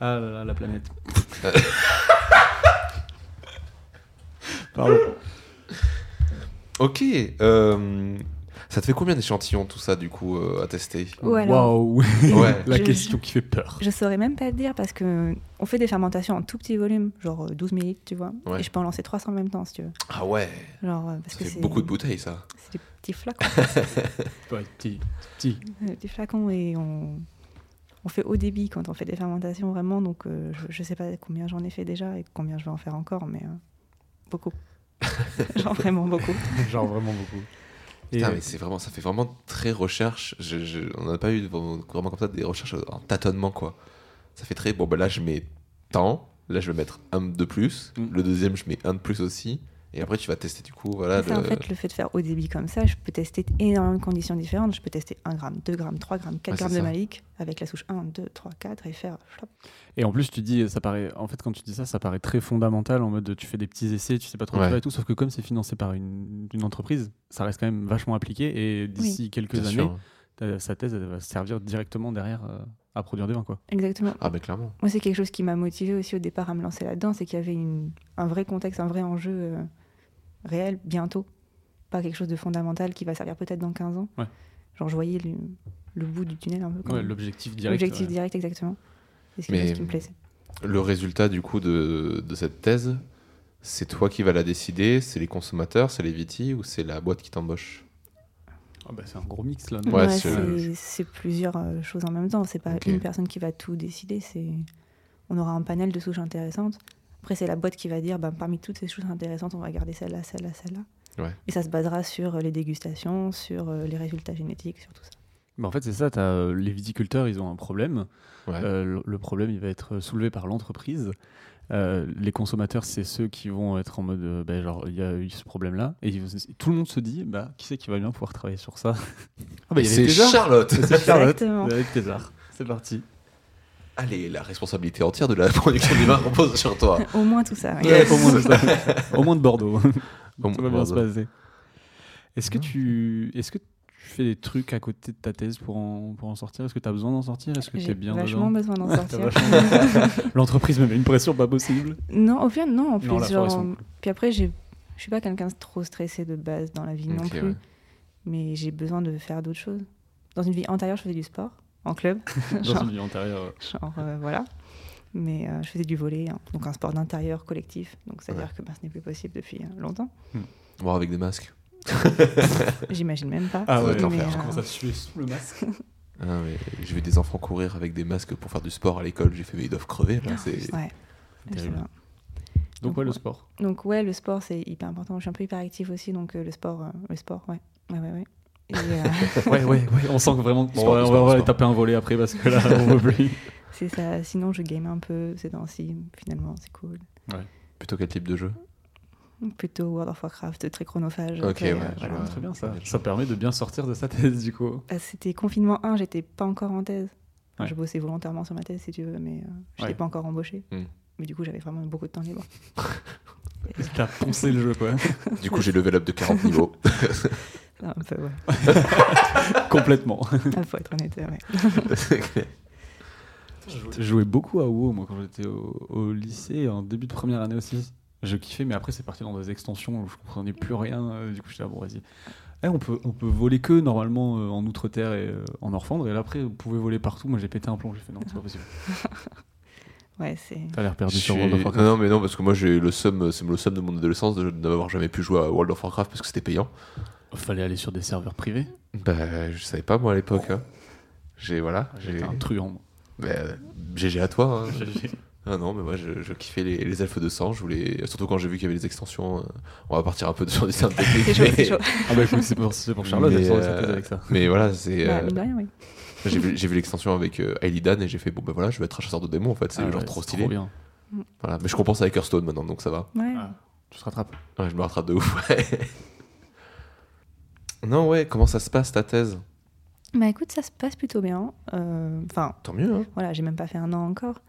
Speaker 1: Ah là là, la planète. Pardon.
Speaker 2: Ok. euh, Ça te fait combien d'échantillons, tout ça, du coup, euh, à tester
Speaker 3: Ou alors,
Speaker 1: Waouh.
Speaker 2: Ouais.
Speaker 1: la
Speaker 3: Je-
Speaker 1: question qui fait peur.
Speaker 3: Je saurais même pas te dire parce que on fait des fermentations en tout petit volume, genre euh, 12 ml, tu vois.
Speaker 2: Ouais.
Speaker 3: Et je peux en lancer 300 en même temps si tu veux.
Speaker 2: Ah ouais
Speaker 3: Genre, euh, parce
Speaker 2: Ça
Speaker 3: que
Speaker 2: fait
Speaker 3: c'est
Speaker 2: beaucoup de bouteilles, ça.
Speaker 3: c'est des petits flacons.
Speaker 1: Ouais, petit, petit.
Speaker 3: Euh, des petits flacons et on, on fait haut débit quand on fait des fermentations vraiment. Donc euh, je, je sais pas combien j'en ai fait déjà et combien je vais en faire encore, mais euh, beaucoup. genre vraiment beaucoup.
Speaker 1: Genre vraiment beaucoup. Et
Speaker 3: euh,
Speaker 2: Putain, mais c'est vraiment, ça fait vraiment très recherche. Je- je- on n'a pas eu vraiment vraiment comme ça des recherches euh, en tâtonnement, quoi. Ça fait très, bon, bah là, je mets tant, là, je vais mettre un de plus,
Speaker 1: Mm.
Speaker 2: le deuxième, je mets un de plus aussi, et après, tu vas tester, du coup, voilà.
Speaker 3: Ça, en
Speaker 2: Ah, le-
Speaker 3: fait, le fait de faire haut débit comme ça, je peux tester énormément de conditions différentes. Je peux tester 1 gramme, 2 grammes, 3 grammes, 4
Speaker 2: Ouais, Ah, c'est
Speaker 3: grammes de
Speaker 2: ça.
Speaker 3: malique avec la souche 1, 2, 3, 4 et faire. flop.
Speaker 1: Et en plus, tu dis, ça paraît, en fait, quand tu dis ça, ça paraît très fondamental en mode tu fais des petits essais, tu sais pas trop
Speaker 2: Ouais.
Speaker 1: quoi et tout. Sauf que comme c'est financé par une, une entreprise, ça reste quand même vachement appliqué. Et d'ici quelques
Speaker 2: Bien
Speaker 1: années,
Speaker 2: sûr.
Speaker 1: ta- sa thèse, elle va servir directement derrière euh, à produire des vins, quoi.
Speaker 3: Exactement.
Speaker 2: Ah, mais clairement.
Speaker 3: Moi, c'est quelque chose qui m'a motivée aussi au départ à me lancer là-dedans, c'est qu'il y avait une- un vrai contexte, un vrai enjeu euh, réel bientôt. Pas quelque chose de fondamental qui va servir peut-être dans 15 ans.
Speaker 1: Ouais.
Speaker 3: Genre, je voyais le, le bout du tunnel un peu. quand même.
Speaker 1: l'objectif direct.
Speaker 3: L'objectif direct, exactement. C'est quelque
Speaker 2: Mais-
Speaker 3: chose qui me plaisait.
Speaker 2: Le résultat, du coup, de, de cette thèse, c'est toi qui vas la décider, c'est les consommateurs, c'est les viti, ou c'est la boîte qui t'embauche
Speaker 1: Ah bah, c'est un gros mix là.
Speaker 2: Ouais,
Speaker 1: non
Speaker 3: Ouais,
Speaker 2: c'est- euh,
Speaker 3: c'est c'est plusieurs euh, choses en même temps. C'est pas
Speaker 2: Ok.
Speaker 3: une personne qui va tout décider. C'est on aura un panel de souches intéressantes. Après, c'est la boîte qui va dire bah, parmi toutes ces souches intéressantes, on va garder celle-là, celle-là, celle-là.
Speaker 2: Ouais.
Speaker 3: Et ça se basera sur euh, les dégustations, sur euh, les résultats génétiques, sur tout ça.
Speaker 1: Bah, en fait, c'est ça. t'as, euh, les viticulteurs, ils ont un problème.
Speaker 2: Ouais.
Speaker 1: Euh, le- le problème, il va être euh, soulevé par l'entreprise. Euh, les consommateurs, c'est ceux qui vont être en mode, euh, bah, genre, il y a eu ce problème-là, et ils vont se- tout le monde se dit, bah, qui c'est qui va bien pouvoir travailler sur ça Ah, bah, il y avait
Speaker 2: C'est
Speaker 1: César.
Speaker 2: Charlotte
Speaker 1: C'est Charlotte.
Speaker 3: Exactement.
Speaker 1: Avec César. C'est parti.
Speaker 2: Allez, la responsabilité entière de la production des vins repose sur toi.
Speaker 3: Au moins tout ça. ouais.
Speaker 2: Yes.
Speaker 1: au, moins, de ça. Au moins de Bordeaux.
Speaker 2: Au
Speaker 1: Tout
Speaker 2: moins
Speaker 1: va
Speaker 2: de
Speaker 1: bien se
Speaker 2: Bordeaux.
Speaker 1: passer. Est-ce que tu, est-ce que tu fais des trucs à côté de ta thèse pour en, pour en sortir Est-ce que tu as besoin d'en sortir Est-ce que tu
Speaker 3: J'ai
Speaker 1: es bien
Speaker 3: vachement
Speaker 1: dedans
Speaker 3: besoin d'en
Speaker 1: T'as
Speaker 3: sortir.
Speaker 1: vachement- L'entreprise me met une pression pas possible.
Speaker 3: non, au final, non. En plus,
Speaker 1: Non, la
Speaker 3: genre,
Speaker 1: forêt sont cool.
Speaker 3: puis après, j'ai- je suis pas quelqu'un de trop stressé de base dans la vie non
Speaker 2: Ok,
Speaker 3: plus.
Speaker 2: ouais.
Speaker 3: Mais j'ai besoin de faire d'autres choses. Dans une vie antérieure, je faisais du sport en club.
Speaker 1: Dans
Speaker 3: Genre-
Speaker 1: une vie antérieure.
Speaker 3: Genre, euh, voilà. Mais euh, je faisais du volet, hein. donc un sport d'intérieur collectif. Donc, c'est-à-dire que ben, ce n'est plus possible depuis euh, longtemps.
Speaker 2: Voir avec des masques.
Speaker 3: J'imagine même pas.
Speaker 1: Ah
Speaker 2: Ça doit
Speaker 1: ouais,
Speaker 2: être l'enfer.
Speaker 3: Mais,
Speaker 1: je
Speaker 3: euh,
Speaker 1: commence à suer sous le masque.
Speaker 2: Ah, mais j'ai vu des enfants courir avec des masques pour faire du sport à l'école. J'ai fait, mais ils doivent crever
Speaker 3: Ah,
Speaker 2: là. C'est...
Speaker 3: ouais, je sais
Speaker 1: hein, Terrible.
Speaker 3: pas.
Speaker 1: Donc, ouais, le
Speaker 3: Ouais.
Speaker 1: sport.
Speaker 3: Donc, ouais, le sport, c'est hyper important. Je suis un peu hyperactive aussi, donc euh, le sport, euh, le sport, ouais. Ouais, ouais, ouais. Et, euh,
Speaker 1: Ouais, ouais, ouais, on sent que vraiment.
Speaker 2: Sport,
Speaker 1: Bon, ouais, on va-
Speaker 2: sport,
Speaker 1: on va aller
Speaker 2: sport.
Speaker 1: taper un volet après parce que là, on veut plus.
Speaker 3: c'est ça. Sinon, je game un peu ces temps-ci. Finalement, c'est cool.
Speaker 2: Plutôt quel type de jeu
Speaker 3: Plutôt World of Warcraft, très chronophage.
Speaker 2: Ok,
Speaker 3: très,
Speaker 2: ouais,
Speaker 3: euh,
Speaker 2: je
Speaker 3: voilà.
Speaker 2: vois.
Speaker 1: Très bien ça.
Speaker 2: Ouais, je
Speaker 1: Ça permet de bien sortir de sa thèse du coup.
Speaker 3: Bah, C'était confinement 1, j'étais pas encore en thèse. Enfin,
Speaker 1: Ouais.
Speaker 3: Je bossais volontairement sur ma thèse, si tu veux, mais euh, j'étais
Speaker 1: Ouais.
Speaker 3: pas encore embauchée.
Speaker 2: Hmm.
Speaker 3: Mais du coup, j'avais vraiment beaucoup de temps libre.
Speaker 1: T'as poncé le jeu quoi.
Speaker 2: Du coup, j'ai level up de 40 niveaux.
Speaker 3: Enfin, Un peu, ouais.
Speaker 1: Complètement.
Speaker 3: Ah, faut être honnête, ouais.
Speaker 1: Je jouais beaucoup à WoW, moi, quand j'étais au, au lycée, en début de première année aussi. Je kiffais, mais après, c'est parti dans des extensions où je comprenais plus rien. euh, Du coup, j'étais là, bon, vas-y. Eh, on, peut, on peut voler que normalement euh, en Outre-Terre et euh, en Orphandre. Et là, après, vous pouvez voler partout. Moi, j'ai pété un plomb. J'ai fait non, c'est pas possible.
Speaker 3: Ouais, c'est.
Speaker 1: T'as l'air perdu
Speaker 2: Je
Speaker 1: sur
Speaker 2: suis-
Speaker 1: World of
Speaker 2: Non,
Speaker 1: Warcraft.
Speaker 2: non, mais non, parce que moi, j'ai le somme, c'est le somme de mon adolescence de n'avoir jamais pu jouer à World of Warcraft parce que c'était payant.
Speaker 1: Fallait aller sur des serveurs privés.
Speaker 2: Bah, je savais pas, moi, à l'époque. hein. J'ai, voilà, j'ai.
Speaker 1: J'étais un truand. moi.
Speaker 2: Mais, euh, GG à toi. hein. Ah non, mais moi, je, je kiffais les, les elfes de sang. Je voulais... Surtout quand j'ai vu qu'il y avait les extensions. euh, On va partir un peu sur du terme technique.
Speaker 3: C'est chaud, c'est
Speaker 2: mais-
Speaker 3: chaud.
Speaker 1: ah, bah, écoute, c'est pour, c'est pour Charlotte.
Speaker 2: Mais,
Speaker 1: elle sort
Speaker 2: euh,
Speaker 1: des avec ça.
Speaker 2: Mais voilà, c'est.
Speaker 3: Bah,
Speaker 2: euh,
Speaker 3: mine de rien, oui.
Speaker 2: j'ai vu, j'ai vu l'extension avec euh, Aelidan et j'ai fait, bon ben voilà, je vais être un chasseur de démons en fait, c'est
Speaker 1: Ah
Speaker 2: genre
Speaker 1: ouais,
Speaker 2: trop
Speaker 1: c'est
Speaker 2: stylé.
Speaker 1: bien.
Speaker 2: Voilà. Mais je compense avec Hearthstone maintenant, donc ça va.
Speaker 3: Ouais.
Speaker 1: Ah, Tu te rattrapes.
Speaker 2: Ouais, je me rattrape de ouf. ouais. non, ouais, comment ça se passe ta thèse
Speaker 3: Bah écoute, ça se passe plutôt bien. Euh, Enfin,
Speaker 2: Tant mieux, hein.
Speaker 3: voilà, j'ai même pas fait un an encore.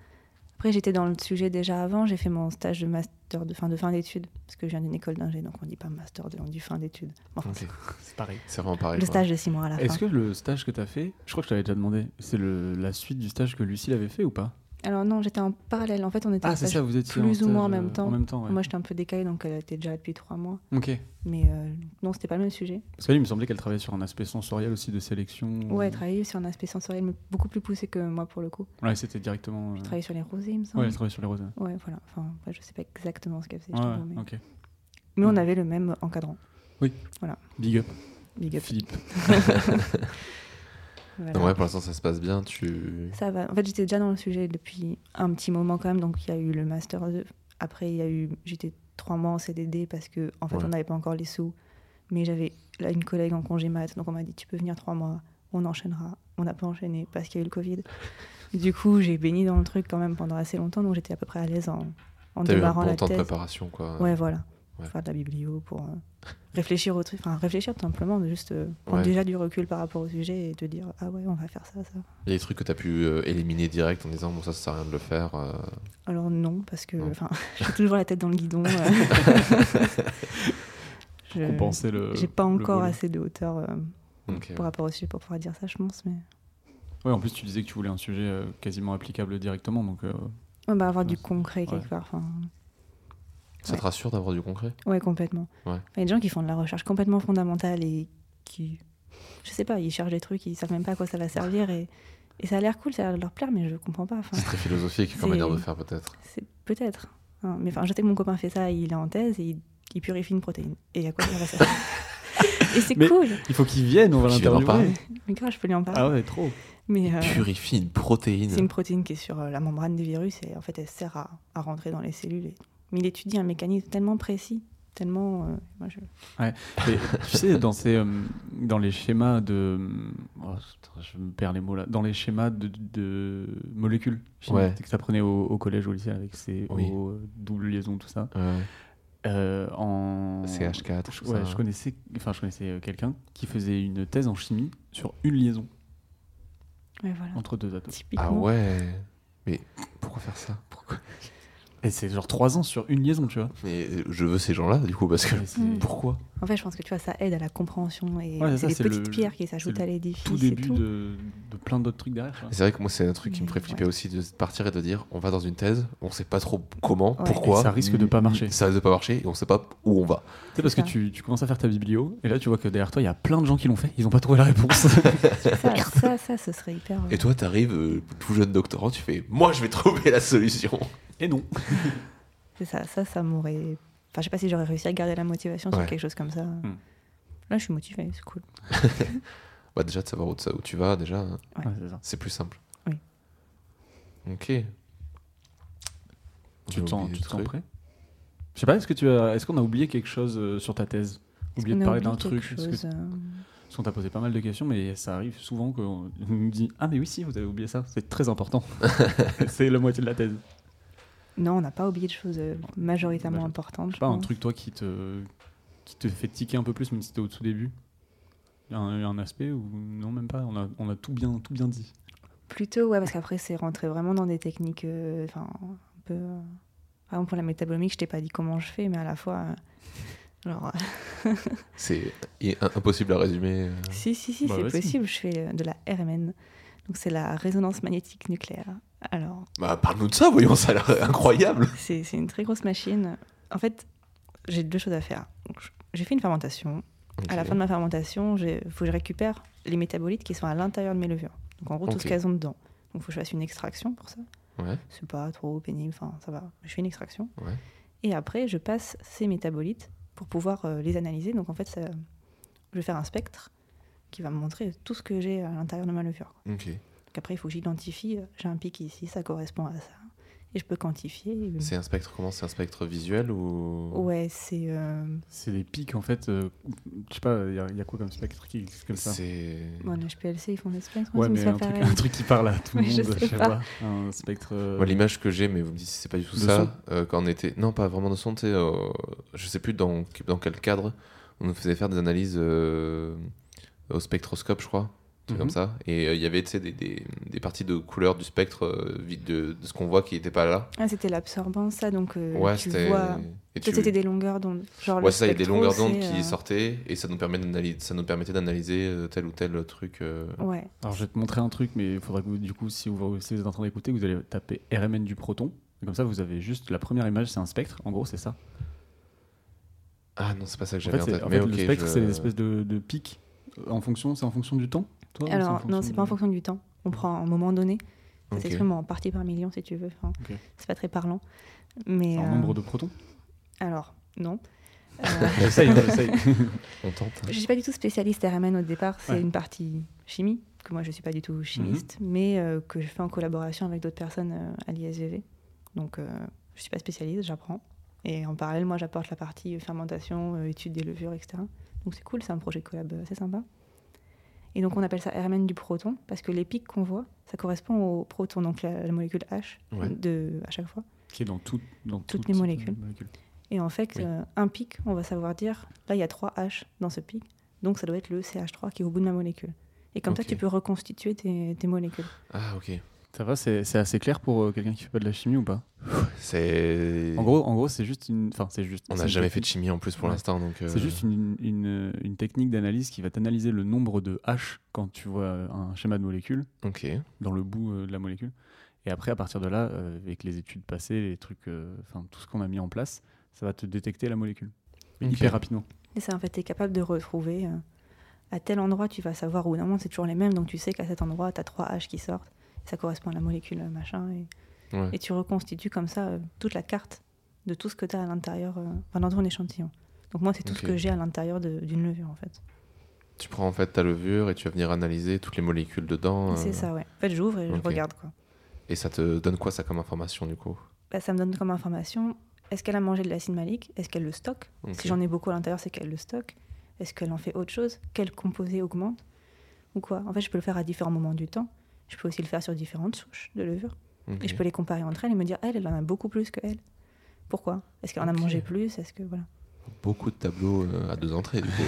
Speaker 3: Après, j'étais dans le sujet déjà avant. J'ai fait mon stage de master de fin de fin d'études parce que je viens d'une école d'ingé, donc on dit pas master, de, on dit fin d'études. Enfin,
Speaker 2: Ok.
Speaker 1: C'est pareil.
Speaker 2: C'est vraiment pareil.
Speaker 3: le
Speaker 2: quoi.
Speaker 3: stage de six mois à la fin.
Speaker 1: Est-ce que le stage que t'as fait, je crois que je t'avais déjà demandé, c'est le- la suite du stage que Lucille avait fait ou pas
Speaker 3: Alors non, j'étais en parallèle. En fait, on était en
Speaker 1: Ah, c'est
Speaker 3: stage-
Speaker 1: ça, vous étiez
Speaker 3: plus
Speaker 1: en
Speaker 3: ou moins en
Speaker 1: stage,
Speaker 3: même
Speaker 1: euh,
Speaker 3: temps.
Speaker 1: En même temps, ouais.
Speaker 3: Moi, j'étais un peu décalée, donc elle était déjà là depuis trois mois.
Speaker 1: Ok.
Speaker 3: Mais euh, non, c'était pas le même sujet.
Speaker 1: Parce qu'elle, il me semblait qu'elle travaillait sur un aspect sensoriel aussi de sélection.
Speaker 3: Ouais, travailler sur un aspect sensoriel mais beaucoup plus poussé que moi pour le coup.
Speaker 1: Ouais, c'était directement. euh,
Speaker 3: Je travaillais sur les rosés, il me
Speaker 1: Ouais,
Speaker 3: semble.
Speaker 1: elle travaillait sur les roses.
Speaker 3: Ouais, voilà. Enfin, ouais, je sais pas exactement ce qu'elle faisait.
Speaker 1: Ouais,
Speaker 3: je t'avoue, mais...
Speaker 1: ouais, ok.
Speaker 3: mais on avait le même encadrant.
Speaker 1: Big up,
Speaker 3: Big up.
Speaker 1: Philippe.
Speaker 3: Voilà.
Speaker 2: Non, ouais, pour l'instant, ça se passe bien. Tu.
Speaker 3: Ça va. En fait, j'étais déjà dans le sujet depuis un petit moment quand même. Donc, il y a eu le Master 2. Après, il y a eu. J'étais trois mois en CDD parce que, en fait,
Speaker 2: Ouais.
Speaker 3: on n'avait pas encore les sous. Mais j'avais là une collègue en congé mat. Donc, on m'a dit Tu peux venir trois mois, on enchaînera. On n'a pas enchaîné parce qu'il y a eu le Covid. Du coup, j'ai baigné dans le truc quand même pendant assez longtemps. Donc, j'étais à peu près à l'aise en, en
Speaker 2: T'as eu un
Speaker 3: démarrant
Speaker 2: bon
Speaker 3: la
Speaker 2: temps de
Speaker 3: thèse.
Speaker 2: préparation, quoi.
Speaker 3: Ouais, voilà.
Speaker 2: Ouais.
Speaker 3: Faire de la biblio pour euh, réfléchir au truc. Enfin, réfléchir tout simplement, de juste euh, prendre
Speaker 2: Ouais.
Speaker 3: déjà du recul par rapport au sujet et te dire Ah ouais, on va faire ça, ça.
Speaker 2: Il y a des trucs que t'as pu euh, éliminer direct en disant, bon, ça, ça sert à rien de le faire. euh.
Speaker 3: Alors non, parce que
Speaker 2: Non.
Speaker 3: enfin, j'ai toujours la tête dans le guidon. euh. Je-
Speaker 1: Compenser le.
Speaker 3: Euh, J'ai pas
Speaker 1: euh, le
Speaker 3: encore
Speaker 1: volume.
Speaker 3: assez de hauteur euh,
Speaker 2: Ok.
Speaker 3: par rapport au sujet pour pouvoir dire ça, je pense. Mais
Speaker 1: Ouais, en plus, tu disais que tu voulais un sujet euh, quasiment applicable directement, donc. euh,
Speaker 3: Ouais, bah, avoir du
Speaker 1: Ouais.
Speaker 3: concret quelque part. Enfin,
Speaker 2: Ça te rassure d'avoir du concret
Speaker 3: ouais, complètement.
Speaker 2: Ouais.
Speaker 3: Enfin, Il y a des gens qui font de la recherche complètement fondamentale et qui, je sais pas, ils cherchent des trucs, ils savent même pas à quoi ça va servir et, et ça a l'air cool, ça a l'air de leur plaire, mais je comprends pas. Enfin,
Speaker 2: C'est très philosophique
Speaker 3: C'est-
Speaker 2: comme manière de faire, peut-être.
Speaker 3: c'est peut-être. hein. Mais enfin, je sais que mon copain fait ça, il est en thèse et il, il purifie une protéine. Et à quoi ça va servir Et c'est
Speaker 1: Mais-
Speaker 3: cool.
Speaker 1: Il faut qu'il vienne, on va
Speaker 2: Qu'il vienne en
Speaker 1: l'interviewer.
Speaker 3: Mais grave, je peux lui en parler.
Speaker 1: Ah ouais, trop.
Speaker 3: Mais euh,
Speaker 2: Purifie une
Speaker 3: c'est une
Speaker 2: protéine.
Speaker 3: protéine qui est sur euh, la membrane du virus et en fait elle sert à, à rentrer dans les cellules. et- Mais il étudie un mécanisme tellement précis, tellement. euh, moi, je-
Speaker 1: Et tu sais, dans, ces, euh, dans les schémas de. oh, putain, je me perds les mots là. Dans les schémas de, de molécules chimiques
Speaker 2: Ouais.
Speaker 1: que tu apprenais au, au collège, au lycée, avec ces
Speaker 2: Oui.
Speaker 1: O, euh, double liaison, tout ça.
Speaker 2: Ouais.
Speaker 1: Euh, en...
Speaker 2: CH4,
Speaker 1: Je,
Speaker 2: tout
Speaker 1: ouais,
Speaker 2: ça.
Speaker 1: je connaissais, enfin, je connaissais euh, quelqu'un qui faisait une thèse en chimie sur une liaison
Speaker 3: Ouais, voilà.
Speaker 1: entre deux atomes.
Speaker 3: Typiquement.
Speaker 2: Ah ouais Mais pourquoi faire ça Pourquoi
Speaker 1: Et c'est genre trois ans sur une liaison, tu vois.
Speaker 2: Mais euh, je veux ces gens-là, du coup, parce que.
Speaker 1: Et c'est-
Speaker 3: Mm.
Speaker 2: Pourquoi
Speaker 3: En fait, je pense que tu vois, ça aide à la compréhension et
Speaker 1: Ouais, c'est ça,
Speaker 3: c'est des
Speaker 1: c'est
Speaker 3: petites
Speaker 1: le-
Speaker 3: pierres qui s'ajoutent
Speaker 1: le
Speaker 3: à l'édifice.
Speaker 1: Tout
Speaker 3: et
Speaker 1: début
Speaker 3: tout.
Speaker 1: de, de plein d'autres trucs derrière. tu vois.
Speaker 2: C'est vrai que moi, c'est un truc qui me
Speaker 3: Mais
Speaker 2: ferait flipper aussi de partir et de dire on va dans une thèse, on sait pas trop comment,
Speaker 3: Ouais.
Speaker 2: pourquoi.
Speaker 1: Et ça risque de pas marcher.
Speaker 2: Ça risque de pas marcher et on sait pas où on va.
Speaker 1: C'est parce que
Speaker 3: ça.
Speaker 1: tu, tu commences à faire ta biblio, et là tu vois que derrière toi il y a plein de gens qui l'ont fait, ils ont pas trouvé la réponse.
Speaker 3: Ça, ça, ça, ce serait hyper.
Speaker 2: Et toi, t'arrives, euh, tout jeune doctorant, tu fais moi, je vais trouver la solution.
Speaker 1: et non.
Speaker 3: C'est ça, ça, ça m'aurait. Enfin, je sais pas si j'aurais réussi à garder la motivation
Speaker 2: Ouais.
Speaker 3: sur quelque chose comme ça.
Speaker 1: Hmm.
Speaker 3: Là, je suis motivée, c'est cool.
Speaker 2: Bah, déjà, de savoir où, ça- où tu vas, déjà,
Speaker 3: Ouais.
Speaker 1: Ouais, c'est ça.
Speaker 2: c'est plus simple.
Speaker 3: Oui.
Speaker 2: Ok.
Speaker 1: Tu
Speaker 2: J'ai
Speaker 1: t'en
Speaker 2: oublié
Speaker 1: tu
Speaker 2: le
Speaker 1: te sens
Speaker 2: truc.
Speaker 1: prêt Je sais pas, est-ce que tu as, est-ce qu'on a oublié quelque chose euh, sur ta thèse
Speaker 3: Est-ce
Speaker 1: Oublié
Speaker 3: qu'on
Speaker 1: de
Speaker 3: a
Speaker 1: parler d'un
Speaker 3: oublié
Speaker 1: truc
Speaker 3: quelque
Speaker 1: parce que-
Speaker 3: chose, euh,
Speaker 1: Parce qu'on t'a posé pas mal de questions, mais ça arrive souvent qu'on nous dit Ah, mais oui, si, vous avez oublié ça, c'est très important. c'est la moitié de la thèse.
Speaker 3: Non, on n'a pas oublié de choses euh, majoritairement
Speaker 1: Major-
Speaker 3: importantes.
Speaker 1: Bah, Je sais pas, un
Speaker 3: pense.
Speaker 1: truc, toi, qui te, qui te fait tiquer un peu plus, même si t'es au tout début un, un aspect ou non, même pas On a, on a tout, bien, tout bien dit.
Speaker 3: Plutôt, ouais, parce qu'après, c'est rentré vraiment dans des techniques. euh, Enfin, un peu. euh, Par exemple, pour la métabolomique, je t'ai pas dit comment je fais, mais à la fois, euh, Alors,
Speaker 2: C'est il est im- impossible à résumer. euh.
Speaker 3: si, si, si,
Speaker 1: Bah,
Speaker 3: c'est
Speaker 1: vas-y.
Speaker 3: possible. Je fais euh, de la RMN. Donc, c'est la résonance magnétique nucléaire. Alors,
Speaker 2: Bah, parle-nous de ça, voyons, ça a l'air incroyable.
Speaker 3: C'est c'est une très grosse machine. En fait, j'ai deux choses à faire. Donc, je- J'ai fait une fermentation. À la
Speaker 2: Ok.
Speaker 3: fin de ma fermentation, il faut que je récupère les métabolites qui sont à l'intérieur de mes levures. Donc en gros, tout
Speaker 2: Ok.
Speaker 3: ce qu'elles ont dedans. Donc il faut que je fasse une extraction pour ça.
Speaker 2: Ouais.
Speaker 3: C'est pas trop pénible, enfin ça va. Je fais une extraction.
Speaker 2: Ouais.
Speaker 3: Et après, je passe ces métabolites pour pouvoir euh, les analyser. Donc en fait, ça- je vais faire un spectre qui va me montrer tout ce que j'ai à l'intérieur de ma levure.
Speaker 2: Ok.
Speaker 3: Donc après, il faut que j'identifie, euh, j'ai un pic ici, ça correspond à ça. Et je peux quantifier. et-
Speaker 2: C'est un spectre comment C'est un spectre visuel ou
Speaker 3: Mm. Ouais, c'est. euh,
Speaker 1: C'est des pics en fait. euh, je sais pas, il y, a- il y a quoi comme spectre qui existe comme ça
Speaker 2: C'est.
Speaker 3: Bon, les HPLC, ils font des spectres.
Speaker 1: Ouais,
Speaker 3: ça me
Speaker 1: mais
Speaker 3: soit
Speaker 1: un truc,
Speaker 3: pareil.
Speaker 1: un truc qui parle à tout le
Speaker 3: Oui,
Speaker 1: monde,
Speaker 3: je
Speaker 1: je
Speaker 3: sais
Speaker 1: sais
Speaker 3: pas.
Speaker 1: pas. Un spectre. euh,
Speaker 2: Moi, l'image que j'ai, mais vous me dites si c'est pas du tout
Speaker 1: De
Speaker 2: ça. euh, quand on était, non, pas vraiment de son. tu sais, euh, je sais plus dans dans quel cadre on nous faisait faire des analyses euh, au spectroscope, je crois, un truc
Speaker 1: Mhm.
Speaker 2: comme ça. Et euh, il y avait, tu sais, des, des, des parties de couleur du spectre euh, vide de, de ce qu'on voit qui n'était pas là.
Speaker 3: Ah, c'était l'absorbance, ça, donc euh,
Speaker 2: ouais,
Speaker 3: tu
Speaker 2: c'était.
Speaker 3: vois.
Speaker 2: et tu-
Speaker 3: Peut-être c'était des longueurs d'onde. Genre
Speaker 2: Ouais,
Speaker 3: le
Speaker 2: c'est ça, il y a des
Speaker 3: spectro,
Speaker 2: longueurs d'onde
Speaker 3: c'est,
Speaker 2: qui
Speaker 3: euh,
Speaker 2: sortaient et ça nous, permet d'analyser, ça nous permettait d'analyser euh, tel ou tel truc. euh,
Speaker 3: Ouais,
Speaker 1: Alors, je vais te montrer un truc, mais il faudra que vous, du coup, si vous, si vous êtes en train d'écouter, vous allez taper RMN du proton. Et Comme ça, vous avez juste la première image, c'est un spectre. En gros, c'est ça.
Speaker 2: Ah non, c'est pas ça que
Speaker 1: En
Speaker 2: j'avais
Speaker 1: fait,
Speaker 2: en,
Speaker 1: c'est-
Speaker 2: tête.
Speaker 1: en
Speaker 2: mais
Speaker 1: fait, le
Speaker 2: ok,
Speaker 1: spectre,
Speaker 2: je-
Speaker 1: c'est une espèce de, de pic. En fonction, c'est en fonction du temps toi, ou c'est en
Speaker 3: alors non,
Speaker 1: fonction
Speaker 3: c'est
Speaker 1: de-
Speaker 3: pas en fonction du temps. On prend un moment donné. Ça
Speaker 2: ok.
Speaker 3: s'exprime en partie par million, si tu veux. Enfin,
Speaker 1: Ok.
Speaker 3: C'est pas très parlant. Mais,
Speaker 1: C'est en
Speaker 3: euh,
Speaker 1: nombre de protons.
Speaker 3: Alors, non. Euh,
Speaker 1: J'essaye, hein, j'essaye.
Speaker 2: On tente. hein.
Speaker 3: Je suis pas du tout spécialiste RMN au départ, c'est
Speaker 1: Ouais.
Speaker 3: une partie chimie, que moi je suis pas du tout chimiste, mais euh, que je fais en collaboration avec d'autres personnes euh, à l'ISVV. Donc euh, je suis pas spécialiste, j'apprends. Et en parallèle, moi j'apporte la partie euh, fermentation, euh, étude des levures, etc. Donc c'est cool, c'est un projet de collab euh, assez sympa. Et donc on appelle ça RMN du proton, parce que les pics qu'on voit, ça correspond au proton, donc la, la molécule H
Speaker 2: Ouais.
Speaker 3: de, à chaque fois.
Speaker 1: Qui est dans, tout, dans
Speaker 3: Toutes
Speaker 1: tout
Speaker 3: les
Speaker 1: type de
Speaker 3: molécules.
Speaker 1: molécules.
Speaker 3: Et en fait,
Speaker 2: Oui.
Speaker 3: euh, un pic, on va savoir dire, là, il y a 3 H dans ce pic, donc ça doit être le CH3 qui est au bout de ma molécule. Et comme
Speaker 2: Ok.
Speaker 3: ça, tu peux reconstituer tes, tes molécules.
Speaker 2: Ah ok.
Speaker 1: Ça va, c'est c'est assez clair pour euh, quelqu'un qui fait pas de la chimie ou pas
Speaker 2: C'est.
Speaker 1: En gros, en gros c'est juste une. Enfin, c'est juste.
Speaker 2: on
Speaker 1: c'est
Speaker 2: n'a
Speaker 1: une
Speaker 2: jamais fait de
Speaker 1: technique-
Speaker 2: chimie en plus pour
Speaker 1: Ouais.
Speaker 2: l'instant, donc. euh,
Speaker 1: C'est juste une, une- une technique d'analyse qui va t'analyser le nombre de H quand tu vois euh, un schéma de molécule
Speaker 2: Ok.
Speaker 1: dans le bout euh, de la molécule. Et après, à partir de là, euh, avec les études passées, les trucs, euh, enfin tout ce qu'on a mis en place, ça va te détecter la molécule Mais
Speaker 2: Ok.
Speaker 1: hyper rapidement.
Speaker 3: Et ça, en fait, tu es capable de retrouver euh, à tel endroit, tu vas savoir, ou normalement, c'est toujours les mêmes, donc tu sais qu'à cet endroit, tu as 3 H qui sortent, ça correspond à la molécule euh, machin, et,
Speaker 2: Ouais.
Speaker 3: et tu reconstitues comme ça euh, toute la carte de tout ce que tu as à l'intérieur, euh, enfin, dans ton échantillon. Donc moi, c'est tout
Speaker 2: Ok.
Speaker 3: ce que j'ai à l'intérieur de- d'une levure, en fait.
Speaker 2: Tu prends en fait ta levure et tu vas venir analyser toutes les molécules dedans. euh,
Speaker 3: C'est ça, ouais. En fait, j'ouvre et je
Speaker 2: ok.
Speaker 3: regarde, quoi.
Speaker 2: Et ça te donne quoi ça comme information du coup
Speaker 3: Bah, ça me donne comme information est-ce qu'elle a mangé de l'acide malique Est-ce qu'elle le stocke
Speaker 2: Ok.
Speaker 3: Si j'en ai beaucoup à l'intérieur, c'est qu'elle le stocke. Est-ce qu'elle en fait autre chose Quel composé augmente Ou quoi En fait, je peux le faire à différents moments du temps. Je peux aussi le faire sur différentes souches de levure.
Speaker 2: Ok.
Speaker 3: Et je peux les comparer entre elles et me dire elle, elle en a beaucoup plus que elle. Pourquoi Est-ce qu'elle en a
Speaker 2: Ok.
Speaker 3: mangé plus Est-ce que voilà
Speaker 2: Beaucoup de tableaux euh, à deux entrées du coup.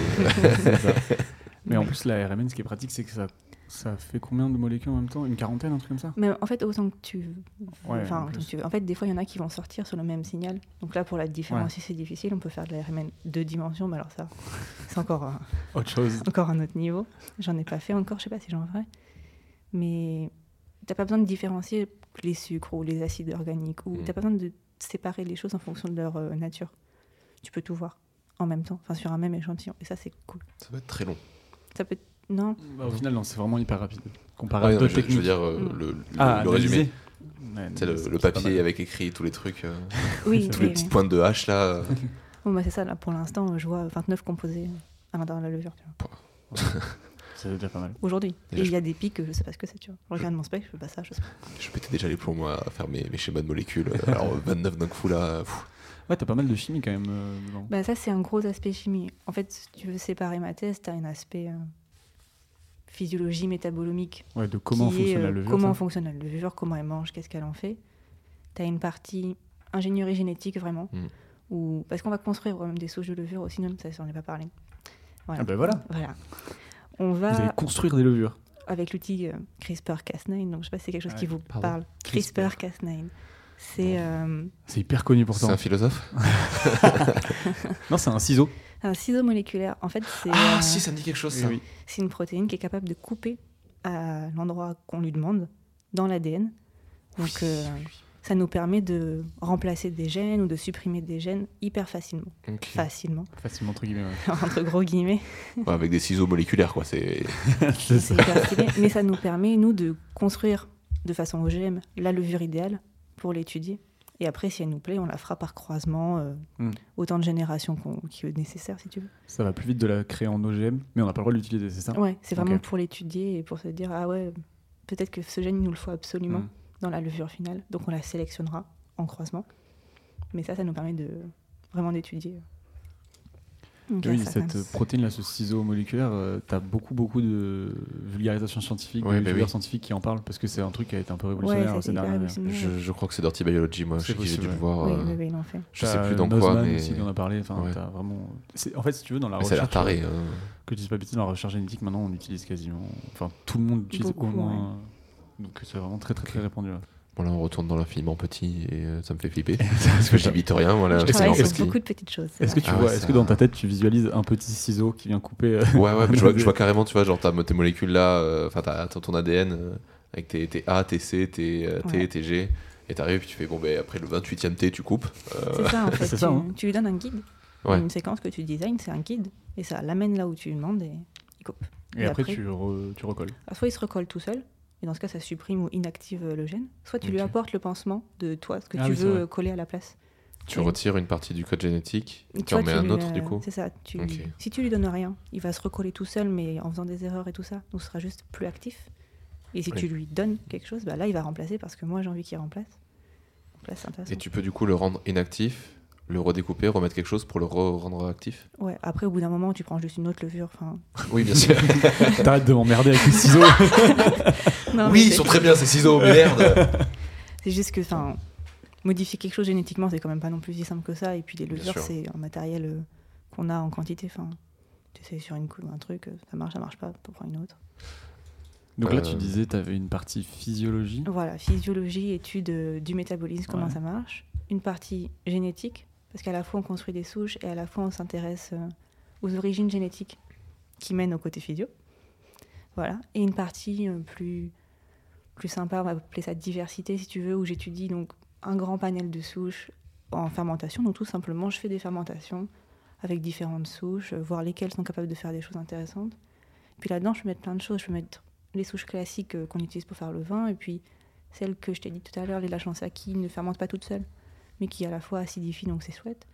Speaker 1: Mais en
Speaker 3: Ouais.
Speaker 1: plus, la RMN, ce qui est pratique, c'est que ça, ça fait combien de molécules en même temps Une quarantaine, un truc comme ça
Speaker 3: Mais en fait, autant que tu.
Speaker 1: Ouais,
Speaker 3: enfin,
Speaker 1: en
Speaker 3: autant que
Speaker 1: plus.
Speaker 3: tu veux. En fait, des fois, il y en a qui vont sortir sur le même signal. Donc là, pour la différencier, c'est difficile. On peut faire de la RMN deux dimensions, mais alors ça, c'est encore. un-
Speaker 1: Autre chose.
Speaker 3: encore un autre niveau. J'en ai pas fait encore, je sais pas si j'en ferai. Mais t'as pas besoin de différencier les sucres ou les acides organiques ou
Speaker 2: Mm.
Speaker 3: t'as pas besoin de séparer les choses en fonction de leur euh, nature. Tu peux tout voir en même temps, enfin sur un même échantillon. Et ça c'est cool.
Speaker 2: ça va être très long.
Speaker 3: Ça peut
Speaker 2: Mm.
Speaker 3: non.
Speaker 1: Bah, au final, non, c'est vraiment hyper rapide. Comparé
Speaker 2: Ah,
Speaker 1: à
Speaker 2: non, mais
Speaker 1: d'autres
Speaker 2: je, je
Speaker 1: techniques.
Speaker 2: veux dire euh,
Speaker 3: Mm.
Speaker 2: le, le-
Speaker 1: ah,
Speaker 2: le résumé.
Speaker 1: analyser. Ouais,
Speaker 2: Tu sais, le,
Speaker 1: c'est-
Speaker 2: le
Speaker 1: c'est pas mal.
Speaker 2: papier avec écrit tous les trucs, euh,
Speaker 3: Oui,
Speaker 2: toutes
Speaker 3: oui,
Speaker 2: les petites
Speaker 3: oui.
Speaker 2: pointes de hache là. euh,
Speaker 3: Bon, bah, c'est ça là pour l'instant, euh, je vois 29 composés euh, à l'intérieur de la levure, tu vois.
Speaker 1: C'est déjà pas mal.
Speaker 3: Aujourd'hui.
Speaker 2: Déjà,
Speaker 3: Et il
Speaker 2: je-
Speaker 3: y a des pics que je sais pas ce que c'est, tu vois. Je regarde mon spec, je fais pas ça, je sais pas.
Speaker 2: Je pétais déjà les plombs moi, à faire mes, mes schémas de molécules. euh, Alors euh, 29 d'un coup là. pfff.
Speaker 1: Ouais, t'as pas mal de chimie quand même. euh, dedans.
Speaker 3: Bah ça, c'est un gros aspect chimie. En fait, si tu veux séparer ma thèse, tu as un aspect euh, physiologie métabolomique.
Speaker 1: ouais, de comment
Speaker 3: qui est,
Speaker 1: fonctionne la
Speaker 3: euh,
Speaker 1: levure.
Speaker 3: Comment
Speaker 1: ça.
Speaker 3: fonctionne la levure, comment elle mange, qu'est-ce qu'elle en fait. Tu as une partie ingénierie génétique, vraiment.
Speaker 1: Hmm.
Speaker 2: Mm.
Speaker 3: Où, parce qu'on va construire même des souches de levure aussi, non, ça, j'en ai pas parlé. Voilà.
Speaker 1: Ah bah voilà.
Speaker 3: Voilà. On
Speaker 1: Vous allez
Speaker 3: va,
Speaker 1: construire des levures.
Speaker 3: avec l'outil euh, CRISPR-Cas9, donc je sais pas si c'est quelque chose
Speaker 1: Ouais,
Speaker 3: qui vous
Speaker 2: pardon.
Speaker 3: parle.
Speaker 1: Ah, CRISPR.
Speaker 3: CRISPR-Cas9. C'est. euh,
Speaker 1: C'est hyper connu
Speaker 2: C'est
Speaker 1: pourtant.
Speaker 2: un philosophe
Speaker 1: Non, c'est un ciseau.
Speaker 3: un ciseau moléculaire. En fait, c'est
Speaker 2: Ah
Speaker 3: euh,
Speaker 2: si, ça me dit quelque chose
Speaker 1: Oui,
Speaker 2: ça.
Speaker 1: oui.
Speaker 3: c'est une protéine qui est capable de couper à l'endroit qu'on lui demande dans l'ADN. Donc euh, ça nous permet de remplacer des gènes ou de supprimer des gènes hyper facilement.
Speaker 2: Ok.
Speaker 3: Facilement,
Speaker 1: Facilement, entre guillemets. ouais.
Speaker 3: entre gros guillemets.
Speaker 2: Ouais, avec des ciseaux moléculaires quoi, c'est
Speaker 1: C'est
Speaker 3: C'est
Speaker 1: ça.
Speaker 3: hyper stylé. Mais ça nous permet, nous, de construire de façon OGM la levure idéale pour l'étudier. Et après, si elle nous plaît, on la fera par croisement, euh,
Speaker 1: Mm.
Speaker 3: autant de générations qu'on- qu'il est nécessaire, si tu veux.
Speaker 1: Ça va plus vite de la créer en OGM, mais on n'a pas le droit de l'utiliser, c'est ça
Speaker 3: Ouais, c'est vraiment
Speaker 1: Hein Ok.
Speaker 3: pour l'étudier et pour se dire, ah ouais, peut-être que ce gène, il nous le faut absolument
Speaker 1: Mm.
Speaker 3: dans la levure finale. Donc on la sélectionnera en croisement. Mais ça, ça nous permet de vraiment d'étudier. Donc, il y a
Speaker 1: Oui,
Speaker 3: ça, quand
Speaker 1: cette
Speaker 3: même.
Speaker 1: protéine là, ce ciseau moléculaire, tu as beaucoup beaucoup de vulgarisation scientifique,
Speaker 2: Ouais,
Speaker 1: de
Speaker 2: bah
Speaker 1: vulgaires
Speaker 2: oui.
Speaker 1: scientifiques qui en parlent parce que c'est un truc qui a été un peu
Speaker 3: Ouais,
Speaker 1: révolutionnaire
Speaker 3: ça,
Speaker 1: ces
Speaker 3: c'est hyper
Speaker 1: dernières années.
Speaker 3: hallucinant.
Speaker 2: je, je crois que c'est Dirty Biology moi,
Speaker 1: C'est
Speaker 2: je- j'ai
Speaker 1: possible,
Speaker 2: dû le
Speaker 1: ouais.
Speaker 2: voir
Speaker 3: Oui,
Speaker 2: euh,
Speaker 3: oui, oui, il en fait.
Speaker 2: je sais
Speaker 1: T'as
Speaker 2: plus dans
Speaker 1: Nozman
Speaker 2: quoi mais
Speaker 1: aussi, dont on a parlé. Enfin,
Speaker 2: Ouais.
Speaker 1: t'as vraiment. c'est- En fait, si tu veux, dans la
Speaker 2: mais ça a
Speaker 1: recherche. euh,
Speaker 2: l'air taré. hein.
Speaker 1: Que tu dis pas bêtise, dans la recherche génétique, maintenant, on utilise quasiment. Enfin, tout le monde utilise
Speaker 3: Beaucoup,
Speaker 1: au moins. euh, Donc, c'est vraiment très, très, très répandu. là.
Speaker 2: Bon là on retourne dans l'infiniment petit et euh, ça me fait flipper parce que j'habite rien voilà.
Speaker 3: Je
Speaker 2: c'est
Speaker 3: travaille
Speaker 2: en
Speaker 3: sur
Speaker 2: petit.
Speaker 3: beaucoup de petites choses. c'est
Speaker 1: Est-ce que
Speaker 3: vrai.
Speaker 1: tu
Speaker 2: Ah ouais,
Speaker 1: vois, est-ce
Speaker 2: ça-
Speaker 1: que dans ta tête, tu visualises un petit ciseau qui vient couper euh,
Speaker 2: Ouais, ouais, mais je vois, je vois carrément, tu vois, genre t'as tes molécules là, euh, enfin t'as t'as ton ADN euh, avec tes, tes A, tes C, tes euh, T,
Speaker 3: Ouais.
Speaker 2: tes G, et t'arrives, puis tu fais bon, ben après le 28ème T, tu coupes. Euh,
Speaker 3: C'est ça, en fait.
Speaker 1: C'est
Speaker 3: tu,
Speaker 1: ça, hein.
Speaker 3: tu lui donnes un guide.
Speaker 2: Ouais.
Speaker 3: Une séquence que tu designs, c'est un guide. Et ça l'amène là où tu lui demandes. Et...
Speaker 1: Et,
Speaker 3: Et
Speaker 1: après,
Speaker 3: après
Speaker 1: tu, re- tu recolles.
Speaker 3: Alors, soit il se recolle tout seul. Et dans ce cas, ça supprime ou inactive euh, le gène. Soit tu lui
Speaker 2: Ok.
Speaker 3: apportes le pansement de toi, ce que
Speaker 1: Ah
Speaker 3: tu
Speaker 1: oui, c'est
Speaker 3: veux
Speaker 1: vrai.
Speaker 3: euh, coller à la place.
Speaker 2: Tu
Speaker 3: Ouais.
Speaker 2: retires une partie du code génétique, tu
Speaker 3: Toi,
Speaker 2: en mets un
Speaker 3: lui,
Speaker 2: autre
Speaker 3: euh,
Speaker 2: du coup.
Speaker 3: C'est ça. tu-
Speaker 2: Ok.
Speaker 3: Si tu lui donnes rien, il va se recoller tout seul, mais en faisant des erreurs et tout ça, donc ce sera juste plus actif. Et si
Speaker 2: Oui.
Speaker 3: tu lui donnes quelque chose, bah là, il va remplacer parce que moi, j'ai envie qu'il remplace. Donc là, c'est intéressant.
Speaker 2: Et tu peux du coup le rendre inactif, le redécouper, remettre quelque chose pour le re- rendre actif.
Speaker 3: Ouais, après, au bout d'un moment, tu prends juste une autre levure. Enfin...
Speaker 2: Oui, bien sûr.
Speaker 1: T'arrêtes de m'emmerder avec les ciseaux.
Speaker 3: Non,
Speaker 2: oui,
Speaker 3: mais
Speaker 2: ils
Speaker 3: c'est-
Speaker 2: sont très bien ces ciseaux, mais merde
Speaker 3: C'est juste que enfin, modifier quelque chose génétiquement, c'est quand même pas non plus si simple que ça. Et puis les
Speaker 2: Bien
Speaker 3: levures,
Speaker 2: sûr.
Speaker 3: c'est un matériel euh, qu'on a en quantité. Enfin, tu sais, sur une coupe, un truc, euh, ça marche, ça marche pas, tu prends une autre.
Speaker 1: Donc là, tu
Speaker 2: Euh.
Speaker 1: disais, t'avais une partie physiologie.
Speaker 3: Voilà, physiologie, étude euh, du métabolisme, comment
Speaker 1: Ouais.
Speaker 3: ça marche. Une partie génétique, parce qu'à la fois on construit des souches et à la fois on s'intéresse euh, aux origines génétiques qui mènent au côté physio. Voilà. Et une partie euh, plus, plus sympa, on va appeler ça diversité si tu veux, où j'étudie donc un grand panel de souches en fermentation. Donc tout simplement, je fais des fermentations avec différentes souches, euh, voir lesquelles sont capables de faire des choses intéressantes. Puis là-dedans, je peux mettre plein de choses. Je peux mettre les souches classiques euh, qu'on utilise pour faire le vin, et puis celles que je t'ai dit tout à l'heure, les Lachansa, qui ne fermentent pas toutes seules, mais qui à la fois acidifient, donc c'est chouette.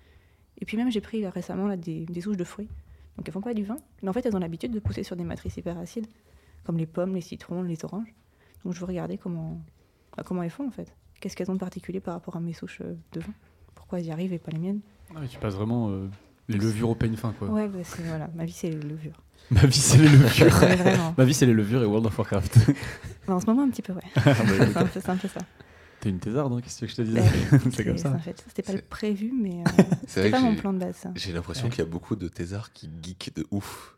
Speaker 3: Et puis même, j'ai pris là, récemment là, des, des souches de fruits. Donc elles font pas du vin, mais en fait, elles ont l'habitude de pousser sur des matrices hyper acides, comme les pommes, les citrons, les oranges. Donc je veux regarder comment, bah, comment elles font en fait. Qu'est-ce qu'elles ont de particulier par rapport à mes souches euh, de vin Pourquoi elles y arrivent et pas les miennes
Speaker 1: Ah ouais, tu passes vraiment euh, les levures au peigne fin, quoi.
Speaker 3: Ouais, bah, c'est- voilà, ma vie c'est les levures.
Speaker 1: Ma vie, c'est les levures.
Speaker 3: Mais vraiment.
Speaker 1: Ma vie, c'est les levures et World of Warcraft.
Speaker 3: Bah, en ce moment, un petit peu, ouais.
Speaker 2: Ah,
Speaker 1: Ah
Speaker 2: bah,
Speaker 3: C'est un peu- c'est un peu ça.
Speaker 1: T'es une thésarde, hein, qu'est-ce que je te dis
Speaker 3: Ouais,
Speaker 1: C'est comme
Speaker 3: en
Speaker 1: ça.
Speaker 3: fait. C'était pas le
Speaker 2: C'est-
Speaker 3: prévu, mais euh,
Speaker 2: C'est
Speaker 3: c'était
Speaker 2: vrai
Speaker 3: pas
Speaker 2: que
Speaker 3: mon
Speaker 2: j'ai-
Speaker 3: plan de base. ça.
Speaker 2: j'ai l'impression
Speaker 1: Ouais.
Speaker 2: qu'il y a beaucoup de thésards qui geekent de ouf.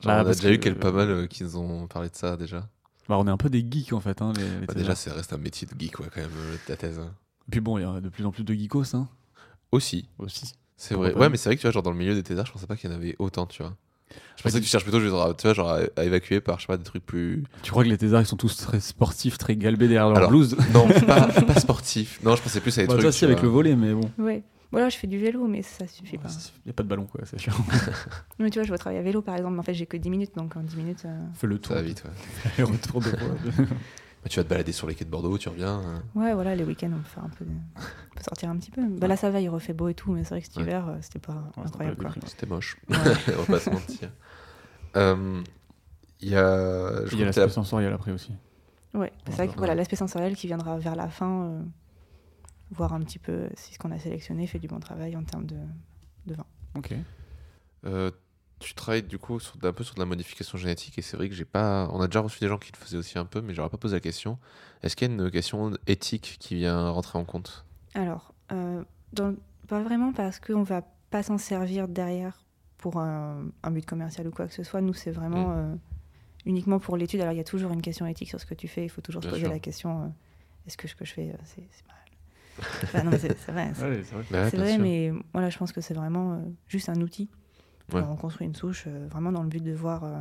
Speaker 2: Genre,
Speaker 1: Bah,
Speaker 2: on a
Speaker 1: parce
Speaker 2: déjà eu
Speaker 1: que-
Speaker 2: quelques pas mal euh, qui nous ont parlé de ça déjà.
Speaker 1: Bah, on est un peu des geeks en fait. Hein, les, les
Speaker 2: Bah, déjà, ça reste un métier de geek, ouais, quand même, euh, ta thèse.
Speaker 1: Et Puis bon, il y a de plus en plus de geekos hein,
Speaker 2: Aussi.
Speaker 1: aussi.
Speaker 2: C'est
Speaker 1: Pourquoi
Speaker 2: vrai.
Speaker 1: pas
Speaker 2: Ouais, mais c'est vrai que tu vois, genre dans le milieu des thésards, je pensais pas qu'il y en avait autant, tu vois. Je pensais que tu cherches plutôt, genre, tu vois, genre à, à évacuer par, je sais pas, des trucs plus.
Speaker 1: Tu crois que les thésards ils sont tous très sportifs, très galbés derrière leur
Speaker 2: Alors,
Speaker 1: blouse
Speaker 2: Non, pas, pas sportif. Non, je pensais plus à des
Speaker 1: Bah,
Speaker 2: trucs.
Speaker 1: Toi aussi
Speaker 2: tu
Speaker 1: avec le
Speaker 2: vois.
Speaker 1: volet, mais bon.
Speaker 3: Ouais. Voilà, je fais du vélo, mais ça suffit pas.
Speaker 1: Il n'y a pas de ballon, quoi, c'est sûr.
Speaker 3: Mais tu vois, je vais travailler à vélo, par exemple. mais En fait, j'ai que 10 minutes, donc en 10 minutes. euh,
Speaker 1: Fais le tour.
Speaker 2: Ça va vite, ouais.
Speaker 1: Et retour de
Speaker 2: Bah, tu vas te balader sur les quais de Bordeaux, tu reviens. euh.
Speaker 3: Ouais, voilà, les week-ends, on peut faire un peu. de- On peut sortir un petit peu. Bah là, ça va, il refait beau et tout, mais c'est vrai que cet
Speaker 2: Ouais.
Speaker 3: hiver, euh, c'était pas incroyable. quoi.
Speaker 2: C'était moche.
Speaker 3: Ouais.
Speaker 2: on va pas se mentir. Euh, Il y a. je crois
Speaker 1: Il y a
Speaker 2: que
Speaker 1: l'aspect sensoriel après aussi.
Speaker 3: Ouais, c'est vrai que
Speaker 2: Ouais.
Speaker 3: voilà, l'aspect sensoriel qui viendra vers la fin, euh, voir un petit peu si ce qu'on a sélectionné fait du bon travail en termes de.
Speaker 1: Ok.
Speaker 2: t'as- euh, tu travailles du coup sur, un peu sur de la modification génétique et c'est vrai que j'ai pas. On a déjà reçu des gens qui le faisaient aussi un peu, mais j'aurais pas posé la question. Est-ce qu'il y a une question éthique qui vient rentrer en compte
Speaker 3: Alors, euh, dans- pas vraiment parce qu'on va pas s'en servir derrière pour un, un but commercial ou quoi que ce soit. Nous, c'est vraiment
Speaker 2: Mm.
Speaker 3: euh, uniquement pour l'étude. Alors, il y a toujours une question éthique sur ce que tu fais. Il faut toujours se
Speaker 2: Bien
Speaker 3: poser
Speaker 2: sûr.
Speaker 3: la question euh, est-ce que ce que je fais, euh, c'est c'est mal Enfin, non, mais c'est c'est vrai. c'est-
Speaker 1: Ouais, c'est vrai.
Speaker 2: Bah ouais,
Speaker 3: c'est
Speaker 2: bien
Speaker 3: vrai,
Speaker 2: sûr.
Speaker 3: mais voilà, je pense que c'est vraiment euh, juste un outil
Speaker 2: Ouais.
Speaker 3: Alors, on construit une souche euh, vraiment dans le but de voir euh,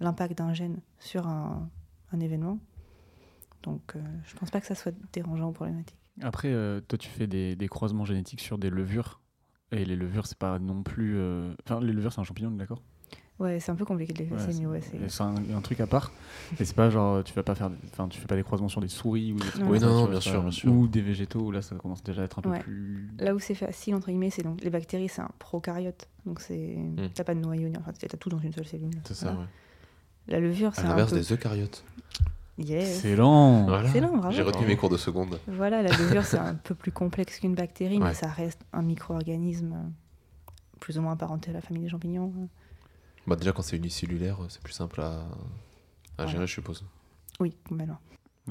Speaker 3: l'impact d'un gène sur un, un événement. Donc, euh, je pense pas que ça soit dérangeant ou problématique.
Speaker 1: Après, euh, toi, tu fais des, des croisements génétiques sur des levures. Et les levures, c'est pas non plus. euh, Enfin, les levures, c'est un champignon, d'accord
Speaker 3: Ouais, c'est un peu compliqué de les
Speaker 1: Ouais,
Speaker 3: passer, mais ouais, c'est.
Speaker 1: C'est un, un truc à part. Et c'est pas genre, tu vas pas faire. des- Enfin, tu fais pas des croisements sur des souris ou des trucs
Speaker 3: Non.
Speaker 1: comme
Speaker 3: Oui,
Speaker 1: ça,
Speaker 2: non,
Speaker 1: tu vois,
Speaker 2: bien
Speaker 1: ça-
Speaker 2: sûr, bien sûr.
Speaker 1: Ou des végétaux, où là, ça commence déjà à être un peu
Speaker 3: Ouais.
Speaker 1: plus.
Speaker 3: Là où c'est facile, entre guillemets, c'est donc les bactéries, c'est un prokaryote. Donc, c'est. T'as pas de noyau, ni- enfin, t'as tout dans une seule cellule.
Speaker 2: Hmm. C'est ça,
Speaker 3: Voilà.
Speaker 2: ouais.
Speaker 3: La levure,
Speaker 2: À
Speaker 3: c'est un.
Speaker 2: l'inverse
Speaker 3: Peu...
Speaker 2: des eucaryotes.
Speaker 3: Yes.
Speaker 1: Excellent
Speaker 2: Voilà.
Speaker 3: Excellent, bravo.
Speaker 2: J'ai retenu mes cours de seconde.
Speaker 3: Voilà, la levure, c'est un peu plus complexe qu'une bactérie,
Speaker 2: Ouais.
Speaker 3: mais ça reste un micro-organisme euh, plus ou moins apparenté à la famille des champignons. hein.
Speaker 2: Bah, déjà, quand c'est unicellulaire, c'est plus simple à, à
Speaker 3: Ouais.
Speaker 2: gérer, je suppose.
Speaker 3: Oui, complètement.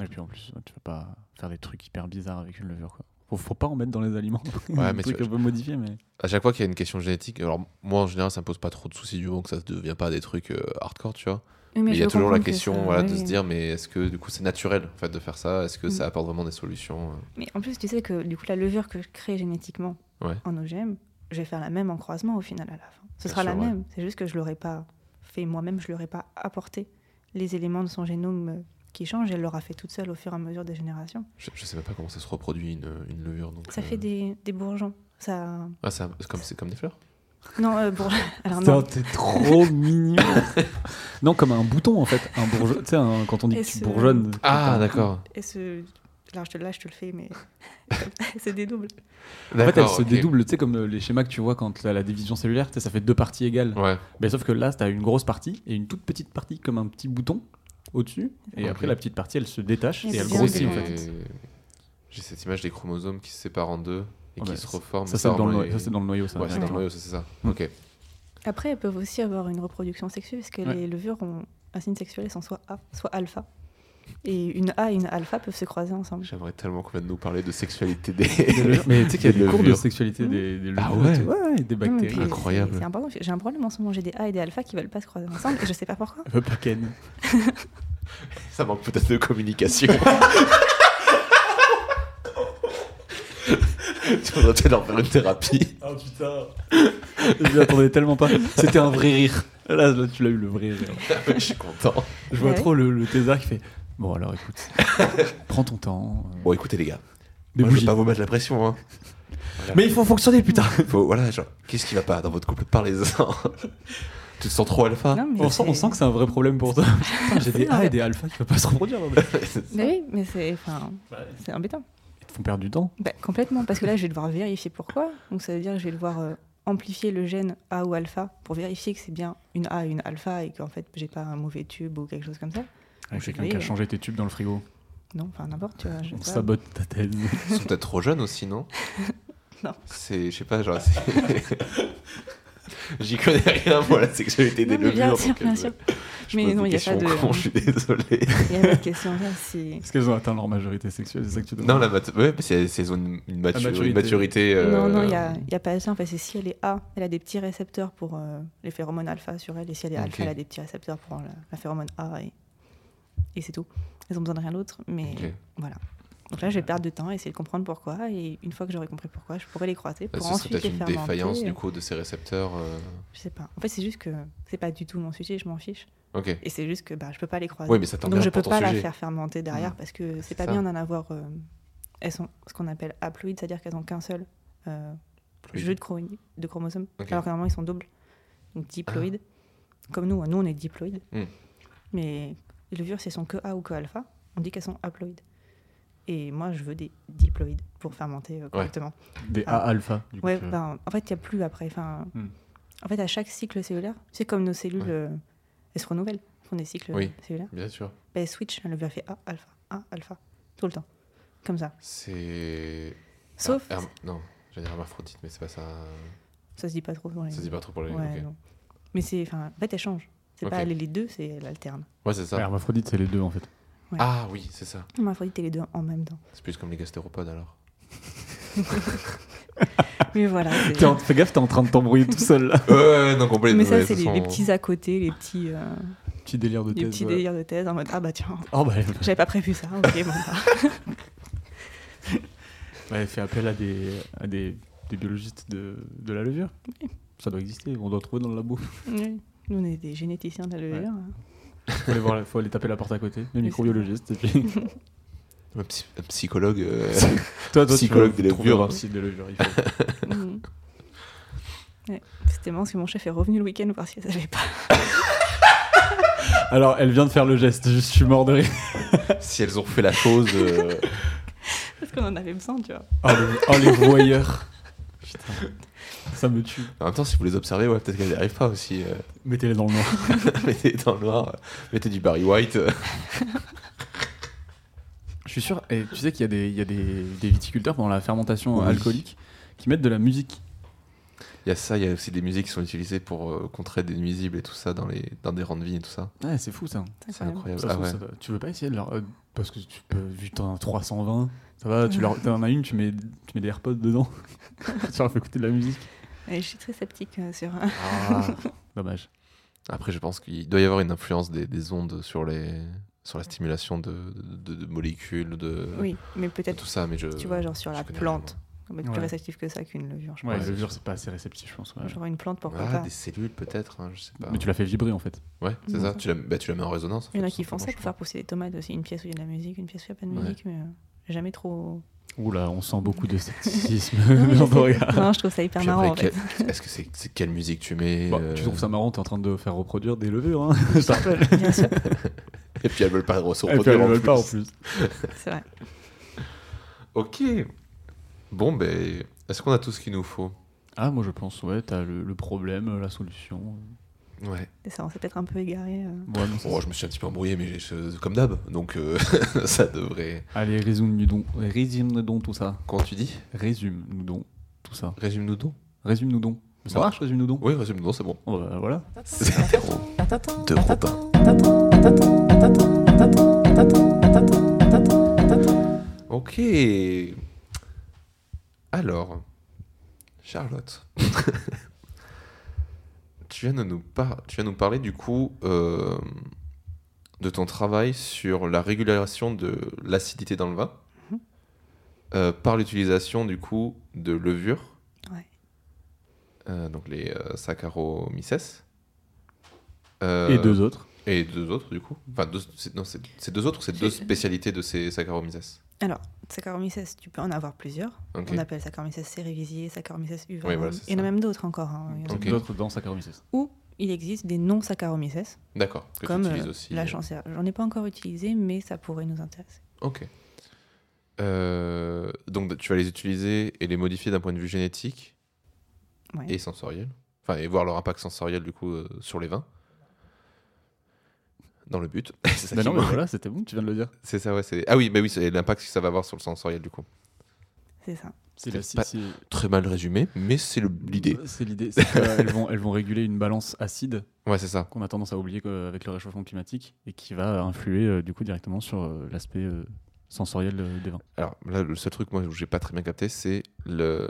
Speaker 1: Et puis en plus, tu vas pas faire des trucs hyper bizarres avec une levure, quoi. Faut, faut pas en mettre dans les aliments.
Speaker 2: Ouais, mais
Speaker 1: des
Speaker 2: tu
Speaker 1: trucs un peu modifiés, mais.
Speaker 2: à chaque fois qu'il y a une question génétique, alors moi en général ça me pose pas trop de soucis du moment que ça ne devient pas des trucs euh, hardcore, tu vois.
Speaker 3: Oui,
Speaker 2: Mais il y
Speaker 3: je
Speaker 2: a
Speaker 3: peux
Speaker 2: toujours la
Speaker 3: comprendre que
Speaker 2: question
Speaker 3: ça-
Speaker 2: voilà, de
Speaker 3: oui.
Speaker 2: se dire mais est-ce que du coup c'est naturel en fait de faire ça Est-ce que
Speaker 3: Mm.
Speaker 2: ça apporte vraiment des solutions
Speaker 3: Mais en plus, tu sais que du coup, la levure que je crée génétiquement
Speaker 2: Ouais.
Speaker 3: en OGM, je vais faire la même en croisement au final à la fin. Ce
Speaker 2: Bien
Speaker 3: sera
Speaker 2: sûr,
Speaker 3: la
Speaker 2: ouais.
Speaker 3: même, c'est juste que je l'aurais pas fait moi-même, je l'aurais pas apporté les éléments de son génome euh, qui changent, elle l'aura fait toute seule au fur et à mesure des générations.
Speaker 2: je, je sais même pas comment ça se reproduit une, une levure. Donc,
Speaker 3: Ça
Speaker 2: euh,
Speaker 3: fait des, des bourgeons. Ça...
Speaker 2: Ah, ça- c'est comme, c'est comme des fleurs
Speaker 3: Non, euh, bourgeons. Alors non,
Speaker 1: t'es trop mignon Non, comme un bouton, en fait. Un bourgeon. Tu sais, un- quand on dit
Speaker 3: Et
Speaker 1: que tu
Speaker 3: ce-
Speaker 1: bourgeonnes.
Speaker 2: Ah,
Speaker 1: quand-
Speaker 2: d'accord.
Speaker 3: Et ce... Alors, je te, là, je te le fais, mais c'est des doubles.
Speaker 1: En fait, elle
Speaker 2: D'accord,
Speaker 1: se
Speaker 2: ok.
Speaker 1: dédouble, tu sais, comme euh, les schémas que tu vois quand la, la division cellulaire, tu sais, ça fait deux parties égales.
Speaker 2: Ouais,
Speaker 1: Mais sauf que là, tu as une grosse partie et une toute petite partie, comme un petit bouton au-dessus. Et
Speaker 2: Ok.
Speaker 1: après, la petite partie, elle se détache
Speaker 3: Et
Speaker 1: et,
Speaker 3: c'est
Speaker 1: elle
Speaker 3: bien
Speaker 1: grossit,
Speaker 2: C'est-
Speaker 1: en fait.
Speaker 2: J'ai cette image des chromosomes qui se séparent en deux et
Speaker 1: Ouais,
Speaker 2: qui se
Speaker 1: ça-
Speaker 2: reforment.
Speaker 1: Ça, c'est dans, le
Speaker 2: vraiment,
Speaker 1: noyau- ça,
Speaker 2: et-
Speaker 1: c'est dans le noyau, ça.
Speaker 2: Ouais, c'est dans le
Speaker 1: d'accord.
Speaker 2: noyau, ça, c'est ça.
Speaker 1: Mm.
Speaker 2: Ok.
Speaker 3: Après, elles peuvent aussi avoir une reproduction sexuelle, parce que
Speaker 1: Ouais.
Speaker 3: les levures ont un signe sexuel, elles sont soit A, soit alpha. Et une A et une alpha peuvent se croiser ensemble.
Speaker 2: J'aimerais tellement qu'on vienne nous parler de sexualité des.
Speaker 1: Mais tu sais qu'il y a
Speaker 2: des
Speaker 1: des cours de
Speaker 2: levures.
Speaker 1: sexualité des, des
Speaker 2: Ah
Speaker 1: levures et
Speaker 2: ouais.
Speaker 1: tout. et des
Speaker 3: Non, mais
Speaker 1: bactéries.
Speaker 3: puis,
Speaker 1: Incroyable.
Speaker 2: Incroyable.
Speaker 3: c'est- C'est important. J'ai un problème en ce moment, j'ai des A et des alpha qui veulent pas se croiser ensemble, et je sais pas pourquoi.
Speaker 1: Un peu paquenne.
Speaker 2: Ça manque peut-être de communication. tu voudrais peut-être leur faire une thérapie.
Speaker 1: Oh putain Je m'y attendais tellement pas. C'était un vrai rire. Là, là, tu l'as eu, le vrai rire.
Speaker 2: Je suis content.
Speaker 1: Je vois
Speaker 3: Ouais.
Speaker 1: trop le, le thésard qui fait Bon, alors écoute, prends ton temps. euh,
Speaker 2: Bon, écoutez les gars,
Speaker 1: des
Speaker 2: moi, je
Speaker 1: bougies.
Speaker 2: vais pas vous mettre la pression. Hein.
Speaker 1: Mais il faut fonctionner, putain
Speaker 2: Faut- voilà, genre, qu'est-ce qui va pas dans votre couple Parlez-en. tu te sens trop alpha
Speaker 3: Non, mais
Speaker 1: Ah. on sent, on
Speaker 3: c'est- Ah,
Speaker 1: sent que c'est un vrai problème pour toi. Putain, J'ai des A et des alphas qui peuvent pas se reproduire. non, mais-
Speaker 3: Mais oui, mais c'est enfin, c'est embêtant.
Speaker 1: Ils te font perdre du temps.
Speaker 3: Bah, complètement, parce que là, je vais devoir vérifier pourquoi. Donc, ça veut dire que je vais devoir euh, amplifier le gène A ou alpha pour vérifier que c'est bien une A et une alpha et qu'en fait, j'ai pas un mauvais tube ou quelque chose comme ça.
Speaker 1: Avec
Speaker 3: Oui,
Speaker 1: quelqu'un
Speaker 3: oui,
Speaker 1: qui a
Speaker 3: ouais.
Speaker 1: changé tes tubes dans le frigo.
Speaker 3: Non, enfin, n'importe, tu vois. je sais
Speaker 1: On
Speaker 3: pas.
Speaker 1: sabote ta thèse.
Speaker 2: Ils sont peut-être trop jeunes aussi, non
Speaker 3: Non.
Speaker 2: C'est, je sais pas, genre. c'est- J'y connais rien, moi, la sexualité des
Speaker 3: Non, mais bien
Speaker 2: levures.
Speaker 3: sûr,
Speaker 2: donc,
Speaker 3: bien
Speaker 2: euh,
Speaker 3: sûr.
Speaker 2: je
Speaker 3: Mais
Speaker 2: pose
Speaker 3: non,
Speaker 2: des
Speaker 3: il y a pas
Speaker 2: questions
Speaker 3: de-
Speaker 2: cons, Je suis désolé.
Speaker 3: Il y a une autre question, ça, c'est...
Speaker 1: Est-ce qu'elles ont atteint leur majorité sexuelle C'est ça que tu
Speaker 2: Non,
Speaker 1: demandes
Speaker 2: la mat ouais, mais c'est, c'est une, une matu-
Speaker 1: La maturité.
Speaker 2: une maturité.
Speaker 3: Non, non, il
Speaker 2: euh,
Speaker 3: n'y a, il y a pas ça. En fait, c'est si elle est A, elle a des petits récepteurs pour euh, les phéromones alpha sur elle, et si elle est alpha,
Speaker 2: Ok.
Speaker 3: elle a des petits récepteurs pour la, la phéromone A, et, et c'est tout. Elles ont besoin de rien d'autre, mais
Speaker 2: Ok.
Speaker 3: voilà. Donc là, je vais perdre du temps, essayer de comprendre pourquoi, et une fois que j'aurai compris pourquoi, je pourrai les croiser
Speaker 2: Bah,
Speaker 3: pour
Speaker 2: ce serait
Speaker 3: ensuite
Speaker 2: peut-être
Speaker 3: les
Speaker 2: une
Speaker 3: faire euh.
Speaker 2: défaillance du coup de ces récepteurs. euh,
Speaker 3: Je sais pas. En fait, c'est juste que c'est pas du tout mon sujet, je m'en fiche.
Speaker 2: Ok.
Speaker 3: Et c'est juste que bah, je peux pas les croiser.
Speaker 2: Oui, mais ça t'emmerde
Speaker 3: Donc je
Speaker 2: pour
Speaker 3: peux
Speaker 2: ton
Speaker 3: pas la
Speaker 2: sujet.
Speaker 3: faire fermenter derrière parce que
Speaker 2: c'est
Speaker 3: c'est pas
Speaker 2: ça.
Speaker 3: bien d'en avoir. euh, elles sont ce qu'on appelle haploïdes, c'est-à-dire qu'elles ont qu'un seul euh,
Speaker 2: Ploïde.
Speaker 3: jeu de, chroni- de chromosomes,
Speaker 2: Ok. Ah.
Speaker 3: alors que normalement ils sont doubles, donc diploïdes. Comme nous, hein, nous on est diploïdes.
Speaker 2: Hmm.
Speaker 3: Mais les levures, si elles sont que A ou que alpha, on dit qu'elles sont haploïdes. Et moi, je veux des diploïdes pour fermenter euh, correctement.
Speaker 1: Des A alpha. du coup,
Speaker 3: Ouais,
Speaker 1: tu veux.
Speaker 3: ben, en fait, il n'y a plus après. Enfin,
Speaker 1: Hmm.
Speaker 3: En fait, à chaque cycle cellulaire, c'est comme nos cellules,
Speaker 2: Ouais.
Speaker 3: euh, elles se renouvellent, elles font des cycles
Speaker 2: Oui.
Speaker 3: cellulaires.
Speaker 2: Bien sûr.
Speaker 3: Ben, elles switch, elles levure fait A, alpha, A, alpha, tout le temps. Comme
Speaker 2: Ah,
Speaker 3: ça.
Speaker 2: C'est.
Speaker 3: Sauf,
Speaker 2: Ah, Herm- Non, j'allais dire hermaphrodite, mais c'est pas ça. euh,
Speaker 3: ça se dit pas trop dans les.
Speaker 2: Ça se dit pas trop pour les.
Speaker 3: Ouais,
Speaker 2: ok.
Speaker 3: non. Mais c'est, enfin, en fait, elles changent. C'est pas
Speaker 2: Ok.
Speaker 3: elle est les deux, c'est elle alterne.
Speaker 2: Ouais, c'est
Speaker 1: Ouais,
Speaker 2: ça.
Speaker 1: Hermaphrodite, c'est les deux en fait.
Speaker 3: Ouais.
Speaker 2: Ah oui, c'est ça.
Speaker 3: Hermaphrodite, t'es les deux en même temps.
Speaker 2: C'est plus comme les gastéropodes alors.
Speaker 3: Mais voilà. c'est-
Speaker 1: T'es en- Fais gaffe, t'es en train de t'embrouiller tout seul là.
Speaker 2: Ouais, ouais, non, complet.
Speaker 3: Mais
Speaker 2: désolé,
Speaker 3: ça, c'est
Speaker 2: de
Speaker 3: les,
Speaker 2: toute
Speaker 3: les
Speaker 2: façon,
Speaker 3: petits à côté, les petits, euh,
Speaker 1: Petit délire de
Speaker 3: les
Speaker 1: thèse.
Speaker 3: petits
Speaker 1: ouais.
Speaker 3: délires de thèse en mode Ah bah tiens,
Speaker 1: Oh bah,
Speaker 3: j'avais pas prévu ça. Ok, bon. bah.
Speaker 1: Ouais, elle fait appel à des, à des des biologistes de, de la levure. Ça doit exister, on doit trouver dans le labo.
Speaker 3: Oui. Nous, on est des généticiens de la levure. hein.
Speaker 1: Faut aller, voir, faut aller taper la porte à côté, les
Speaker 3: c'est
Speaker 1: microbiologistes. Et puis...
Speaker 2: Un, psy- un psychologue. euh,
Speaker 1: toi, tu
Speaker 2: Psychologue
Speaker 1: vas
Speaker 2: des
Speaker 1: trouver
Speaker 2: levures.
Speaker 1: un psy de levure, il faut-
Speaker 3: Mhm. Ouais. C'était marrant parce que mon chef est revenu le week-end voir si elle savait pas.
Speaker 1: Alors, elle vient de faire le geste, juste, je suis mort de rire.
Speaker 2: si elles ont fait la chose. euh,
Speaker 3: Parce qu'on en avait besoin, tu vois.
Speaker 1: Oh, les, oh, les voyeurs. Putain, ça me tue.
Speaker 2: En même temps, si vous les observez, ouais, peut-être qu'elles n'y arrivent pas aussi. euh.
Speaker 1: Mettez-les dans le noir.
Speaker 2: mettez dans le noir, euh, mettez du Barry White. euh.
Speaker 1: Je suis sûr, et tu sais qu'il y a, des, il y a des, des viticulteurs pendant la fermentation
Speaker 2: Oui.
Speaker 1: alcoolique qui mettent de la musique.
Speaker 2: Il y a ça, il y a aussi des musiques qui sont utilisées pour euh, contrer des nuisibles et tout ça dans, les, dans des rangs de vie et tout ça.
Speaker 1: Ouais, c'est fou ça.
Speaker 3: C'est
Speaker 2: C'est
Speaker 3: incroyable.
Speaker 2: incroyable.
Speaker 1: Ça se
Speaker 2: Ah
Speaker 1: trouve,
Speaker 2: ouais.
Speaker 1: ça doit- tu veux pas essayer de leur. euh, parce que tu peux. Vu que t'en as 320, ça va, tu leur, t'en as une, tu mets, tu mets des AirPods dedans. tu leur fais écouter de la musique.
Speaker 3: Ouais, je suis très sceptique euh, sur.
Speaker 1: Ah. Dommage.
Speaker 2: Après, je pense qu'il doit y avoir une influence des, des ondes sur, les, sur la stimulation de, de- de molécules, de,
Speaker 3: oui, mais
Speaker 2: de
Speaker 3: peut-être,
Speaker 2: tout ça. Mais je,
Speaker 3: tu vois, genre sur
Speaker 2: Euh, je
Speaker 3: la
Speaker 2: connais
Speaker 3: plante. On va être plus
Speaker 1: Ouais.
Speaker 3: réceptif que ça qu'une levure, je
Speaker 1: Ouais,
Speaker 3: pense.
Speaker 1: le jure, c'est pas assez réceptif, je pense. ouais.
Speaker 3: Genre une plante, pourquoi
Speaker 2: Ah,
Speaker 3: pas
Speaker 2: des cellules peut-être, hein, je sais pas.
Speaker 1: Mais tu l'as fait vibrer en fait.
Speaker 2: Ouais, c'est
Speaker 3: Mhm.
Speaker 2: ça. Tu la, bah, tu la mets en résonance.
Speaker 3: Il y en a
Speaker 2: fait,
Speaker 3: qui
Speaker 2: tout
Speaker 3: font ça
Speaker 2: simplement,
Speaker 3: pour faire pousser des tomates aussi. Une pièce où il y a de la musique, une pièce où il n'y a pas de
Speaker 2: Ouais.
Speaker 3: musique, mais euh, jamais trop.
Speaker 1: Oula, on sent beaucoup de scepticisme
Speaker 3: Non, mais je
Speaker 1: dans
Speaker 3: sais.
Speaker 1: ton regard.
Speaker 3: Non, je trouve ça hyper
Speaker 2: Puis
Speaker 3: marrant en
Speaker 2: après,
Speaker 3: fait.
Speaker 2: quel- Est-ce que c'est c'est quelle musique tu mets
Speaker 1: Bah,
Speaker 2: euh,
Speaker 1: Tu trouves ça marrant, t'es en train de faire reproduire des levures, hein je te rappelle.
Speaker 3: Bien sûr,
Speaker 2: Et puis elles veulent pas se
Speaker 1: Et puis
Speaker 2: reproduire
Speaker 1: elles
Speaker 2: en
Speaker 1: veulent pas en
Speaker 2: plus.
Speaker 1: plus.
Speaker 3: c'est vrai.
Speaker 2: Ok. Bon, ben, est-ce qu'on a tout ce qu'il nous faut
Speaker 1: Ah, moi je pense, ouais, t'as le, le problème, la solution.
Speaker 2: Ouais.
Speaker 3: C'est ça, on s'est peut-être un peu égaré. euh.
Speaker 1: Ouais, non, c'est
Speaker 2: Oh,
Speaker 1: ça.
Speaker 2: je me suis un petit peu embrouillé, mais j'ai- je- comme d'hab. Donc, euh, ça devrait.
Speaker 1: Allez, résume-nous donc, résume-nous donc tout ça.
Speaker 2: Comment tu dis
Speaker 1: Résume-nous donc tout ça.
Speaker 2: Résume-nous donc
Speaker 1: Résume-nous donc. Ça
Speaker 2: Ouais.
Speaker 1: marche, résume-nous donc.
Speaker 2: Oui, résume-nous donc, c'est bon.
Speaker 1: Oh, bah, voilà.
Speaker 2: C'est de Robin. Ok. Alors, Charlotte, tu, viens de nous par- tu viens de nous parler du coup euh, de ton travail sur la régulation de l'acidité dans le vin
Speaker 3: Mhm.
Speaker 2: euh, par l'utilisation du coup de levures,
Speaker 3: Ouais.
Speaker 2: euh, donc les euh, Saccharomyces. Euh,
Speaker 1: Et deux autres.
Speaker 2: et deux autres, du coup. Enfin, deux- c'est, non, c'est, c'est deux autres ou c'est deux spécialités de ces Saccharomyces
Speaker 3: Alors, Saccharomyces, tu peux en avoir plusieurs.
Speaker 2: Ok.
Speaker 3: On appelle Saccharomyces cerevisiae, Saccharomyces uvarum.
Speaker 2: Oui, voilà, c'est
Speaker 3: il y en a
Speaker 2: ça.
Speaker 3: même d'autres encore. hein. Il y en a-
Speaker 2: Ok.
Speaker 1: D'autres dans Saccharomyces.
Speaker 3: Ou il existe des non-Saccharomyces,
Speaker 2: D'accord. Que tu
Speaker 3: comme
Speaker 2: utilises
Speaker 3: euh,
Speaker 2: aussi,
Speaker 3: la
Speaker 2: euh,
Speaker 3: chancère. J'en ai pas encore utilisé, mais ça pourrait nous intéresser.
Speaker 2: Ok. Euh, donc tu vas les utiliser et les modifier d'un point de vue génétique
Speaker 3: Ouais.
Speaker 2: et sensoriel. Enfin, et voir leur impact sensoriel du coup euh, sur les vins. Dans le but. c'est, ça
Speaker 1: Bah
Speaker 2: qui
Speaker 1: non, mais
Speaker 2: me-
Speaker 1: voilà, c'était bon, tu viens de le dire.
Speaker 2: c'est ça, ouais. C'est... Ah oui, bah oui, c'est l'impact que ça va avoir sur le sensoriel du coup.
Speaker 3: C'est ça.
Speaker 1: C'est
Speaker 2: C'est
Speaker 1: la- c'est-
Speaker 2: pas-
Speaker 1: c'est-
Speaker 2: Très mal résumé, mais c'est le- l'idée.
Speaker 1: C'est l'idée. c'est qu'elles vont, elles vont réguler une balance acide
Speaker 2: Ouais, c'est ça.
Speaker 1: qu'on a tendance à oublier euh, avec le réchauffement climatique et qui va influer euh, du coup directement sur euh, l'aspect euh, sensoriel euh, des vins.
Speaker 2: Alors là, le seul truc moi où j'ai pas très bien capté, c'est le,